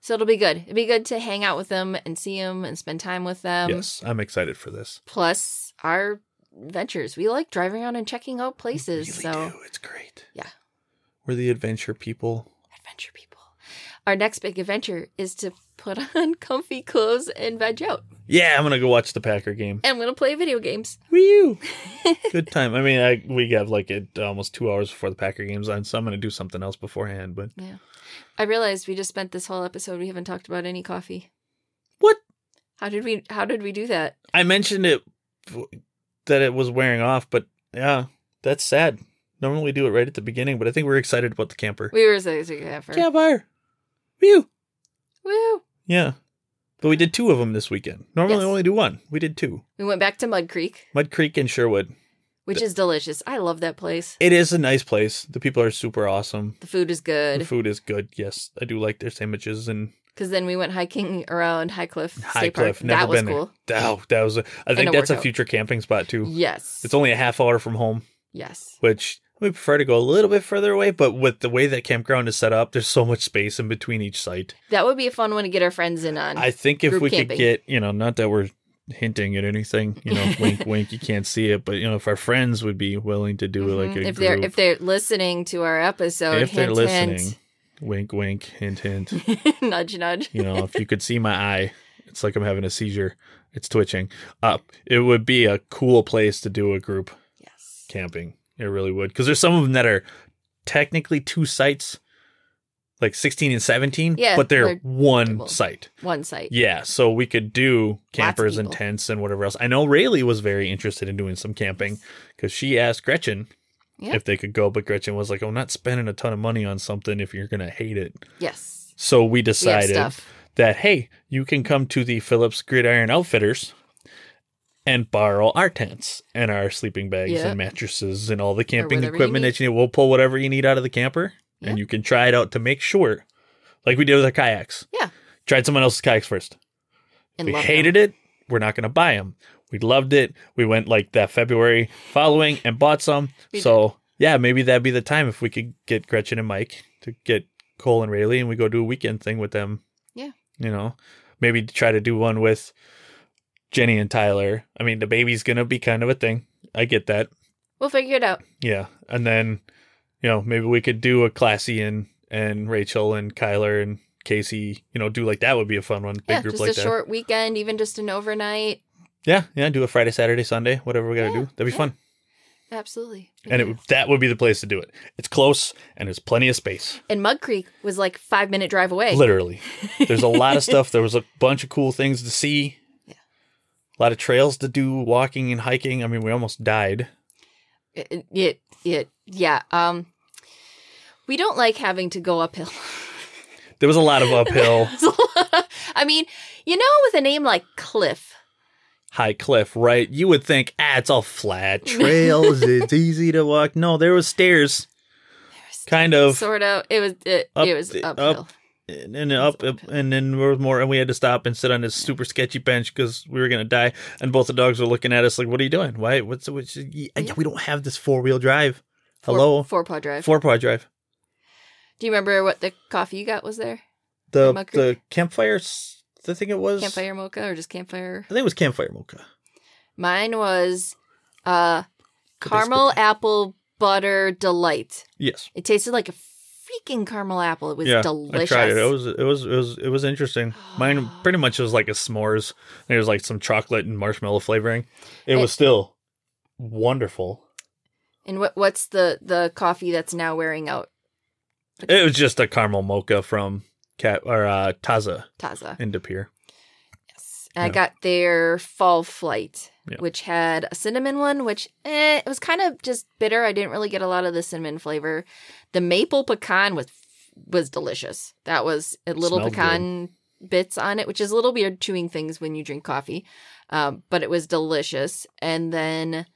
B: So it'll be good. It'll be good to hang out with them and see them and spend time with them.
A: yes. I'm excited for this.
B: Plus our ventures. We like driving around and checking out places.
A: Really
B: so
A: do. It's great.
B: Yeah.
A: We're the adventure people.
B: adventure people. Our next big adventure is to put on comfy clothes and veg out.
A: Yeah, I'm going to go watch the Packer game.
B: And we're gonna play video games.
A: Woo! Good time. I mean, I, we have like it almost two hours before the Packer game's on, so I'm going to do something else beforehand. But
B: I realized we just spent this whole episode we haven't talked about any coffee.
A: What?
B: How did we how did we do that?
A: I mentioned it that it was wearing off, but yeah, that's sad. Normally we do it right at the beginning, but I think we're excited about the camper.
B: We were so yeah, for
A: Camper. Woo!
B: Woo.
A: Yeah. But we did two of them this weekend. Normally
B: Yes.
A: we only do one. We did two.
B: We went back to Mud Creek,
A: Mud Creek and Sherwood.
B: which is delicious. I love that place.
A: It is a nice place. The people are super awesome.
B: The food is
A: The
B: good.
A: food is good. Yes, I do like their sandwiches and
B: Because then we went hiking around High Cliff State
A: High
B: Park.
A: Cliff. Never
B: that was
A: been
B: cool.
A: there. Oh, that was. A, I
B: a
A: think that's a
B: workout.
A: future camping spot too.
B: Yes.
A: It's only a half hour from home.
B: yes.
A: which we prefer to go a little bit further away, but with the way that campground is set up, there's so much space in between each site.
B: That would be a fun one to get our friends in on.
A: I think if
B: Group
A: we
B: camping.
A: could get, you know, not that we're hinting at anything, you know, wink wink, you can't see it, but you know, if our friends would be willing to do it like
B: Mhm.
A: a
B: if
A: group,
B: they're if they're listening to our episode,
A: if they're
B: hint,
A: listening, wink wink, hint hint.
B: hint. nudge nudge.
A: You know, if you could see my eye, it's like I'm having a seizure. It's twitching. Up. it would be a cool place to do a group
B: Yes.
A: camping. It really would because there's some of them that are technically two sites, like 16 and 17.
B: Yeah,
A: but they're,
B: they're
A: one
B: double.
A: site.
B: One site.
A: Yeah, so we could do campers and
B: people.
A: tents and whatever else. I know Rayleigh was very interested in doing some camping because she asked Gretchen
B: Yeah.
A: if they could go, but Gretchen was like, "I'm not spending a ton of money on something if you're gonna hate it."
B: Yes.
A: So we
B: We have
A: decided
B: stuff.
A: that hey, you can come to the Phillips Gridiron Outfitters and borrow our tents and our sleeping bags
B: Yeah.
A: and mattresses and all the camping
B: whatever you
A: equipment
B: need.
A: that you need. We'll pull whatever you need out of the camper and
B: Yeah.
A: you can try it out to make sure, like we did with our kayaks.
B: Yeah.
A: tried someone else's kayaks first.
B: And
A: we
B: love
A: hated it. We're not going to buy them. We loved it. We went like that February following and bought some.
B: We
A: so yeah, maybe that'd be the time if we could get Gretchen and Mike to get Cole and Rayleigh and we go do a weekend thing with them.
B: Yeah.
A: You know, maybe try to do one with Jenny and Tyler. I mean, the baby's going to be kind of a thing. I get that.
B: We'll figure it out.
A: Yeah. And then, you know, maybe we could do a classy and and Rachel and Kyler and Casey, you know, do like that would be a fun one. Big
B: yeah,
A: group
B: just
A: like
B: a
A: that.
B: short weekend, even just an overnight.
A: yeah, yeah, do a Friday, Saturday, Sunday, whatever we gotta
B: Yeah,
A: do. That'd be
B: yeah.
A: fun.
B: Absolutely.
A: And it, that would be the place to do it. It's close and there's plenty of space.
B: and Mud Creek was like five minute drive away.
A: Literally. There's a lot of stuff. There was a bunch of cool things to see.
B: Yeah.
A: A lot of trails to do, walking and hiking. I mean, we almost died.
B: It, it, it, yeah. Um, we don't like having to go uphill.
A: There was a lot of uphill,
B: I mean, you know, with a name like Cliff,
A: high cliff, right? You would think, ah, it's all flat. Trails, it's easy to walk. No, there was stairs. Kind of.
B: sort of, it was it,
A: Up-
B: it was
A: up-
B: uphill.
A: and then up, up and then there was more and we had to stop and sit on this super sketchy bench because we were gonna die and both the dogs were looking at us like what are you doing why what's what's yeah, we don't have this four-wheel drive hello
B: four paw drive.
A: four-paw drive
B: Do you remember what the coffee you got was there?
A: the
B: Muck
A: the campfire s- the thing it was
B: Campfire mocha or just campfire?
A: i think it was campfire mocha
B: Mine was uh
A: The
B: caramel
A: biscuit.
B: apple butter delight.
A: yes
B: It tasted like a freaking caramel apple. It was
A: yeah
B: delicious. Ah.
A: i tried it it was it was it was it was interesting mine pretty much was like a smores there was like some chocolate and marshmallow flavoring it
B: It-
A: was still wonderful
B: And what what's the the coffee that's now wearing out?
A: It was just a caramel mocha from Cat or uh, Taza
B: Taza.
A: in De Pere.
B: Yes. And I
A: Yeah.
B: got their fall flight,
A: Yeah.
B: which had a cinnamon one, which eh, it was kind of just bitter. I didn't really get a lot of the cinnamon flavor. The maple pecan was was delicious. That was a little
A: Smelled
B: pecan bits on it, which is a little weird chewing things when you drink coffee, um, but it was delicious. And then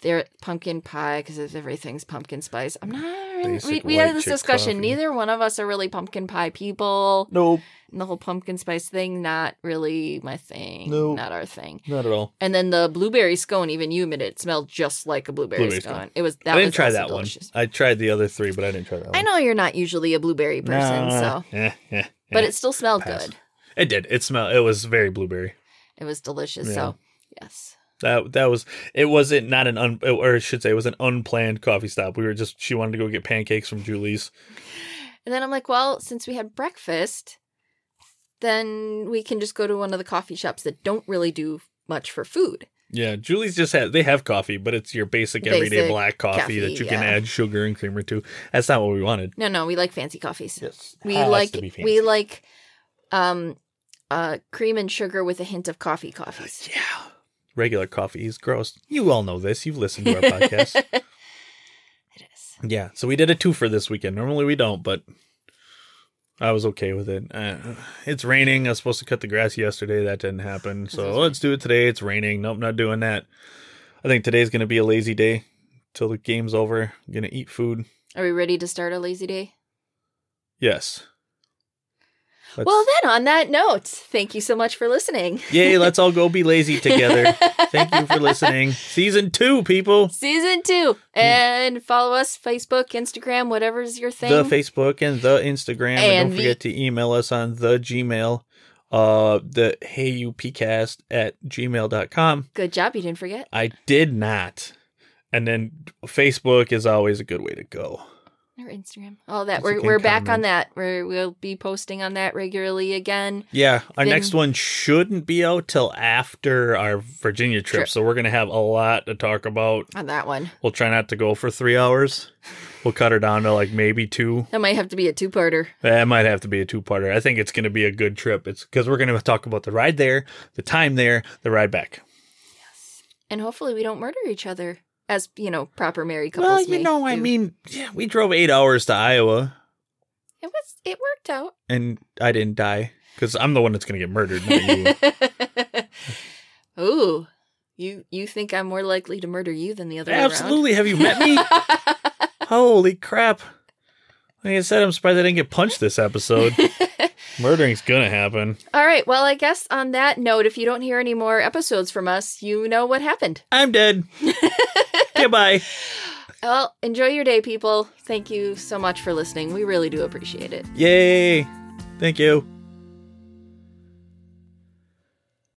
B: their pumpkin pie because everything's pumpkin spice. I'm not. really- We,
A: Basic
B: we
A: white
B: had this
A: chick
B: discussion.
A: coffee.
B: Neither one of us are really pumpkin pie people
A: Nope,
B: and the whole pumpkin spice thing not really my thing
A: No.
B: not our thing
A: not at all.
B: and then the blueberry scone even you admitted it smelled just like a blueberry,
A: Blueberry
B: scone.
A: scone.
B: it was that
A: I
B: was
A: didn't try
B: also
A: that
B: delicious.
A: one. I tried the other three, but I didn't try that one.
B: i know you're not usually a blueberry person so
A: Eh, eh, eh.
B: but it still smelled
A: Pass.
B: good
A: it did. It smelled. It was very blueberry.
B: it was delicious
A: Yeah.
B: so yes
A: That that was. It wasn't not an un or I should say it was an unplanned coffee stop. We were just she wanted to go get pancakes from Julie's.
B: and then i'm like well since we had breakfast then we can just go to one of the coffee shops that don't really do much for food
A: Yeah, Julie's just had they have coffee, but it's your basic, everyday
B: Basic
A: black coffee, that
B: coffee,
A: you can
B: yeah.
A: add sugar and creamer to. That's not what we wanted.
B: no no we like fancy coffees
A: Yes,
B: we like we like um uh cream and sugar with a hint of coffee coffees
A: Yeah. Regular coffee is gross. You all know this. You've listened to our podcast.
B: It is.
A: Yeah. So we did a two for this weekend. Normally we don't, but I was okay with it. Uh, it's raining. I was supposed to cut the grass yesterday. That didn't happen. So let's do it today. It's raining. Nope, not doing that. I think today's going to be a lazy day till the game's over. I'm going to eat food.
B: Are we ready to start our lazy day?
A: Yes. Let's-
B: Well, then, on that note, thank you so much for listening.
A: yay. Let's all go be lazy together. Thank you for listening. Season two, people.
B: Season two. And follow us Facebook, Instagram, whatever's your thing.
A: the Facebook and the Instagram. And,
B: And
A: don't
B: the-
A: forget to email us on the Gmail, uh, the heyupcast at gmail.com.
B: Good job. You didn't forget.
A: I did not. And then Facebook is always a good way to go.
B: Or Instagram. All
A: Yes,
B: that.
A: you
B: We're,
A: can
B: we're back on
A: comment.
B: that. We're, we'll be posting on that regularly again.
A: Yeah, our
B: Then-
A: next one shouldn't be out till after our Virginia trip,
B: Trip.
A: so we're gonna have a lot to talk about.
B: On that one.
A: We'll try not to go for three hours. We'll cut her down to like maybe two.
B: That might have to be a two parter.
A: That might have to be a two-parter. I think it's going to be a good trip. It's because we're going to talk about the ride there, the time there, the ride back.
B: And hopefully, we don't murder each other as, you know, proper married couples.
A: well, you
B: may
A: know, I
B: do.
A: mean, yeah, we drove eight hours to Iowa,
B: It, was, it worked out.
A: and I didn't die because I'm the one that's going to get murdered. Not you.
B: Ooh, you you think I'm more likely to murder you than the other way around?
A: Absolutely. Have you met me? Holy crap! Like I said, I'm surprised I didn't get punched this episode. Murdering's gonna happen.
B: All right. Well, I guess on that note, if you don't hear any more episodes from us, you know what happened.
A: I'm dead. Goodbye.
B: Well, enjoy your day, people. Thank you so much for listening. We really do appreciate it.
A: Yay. Thank you.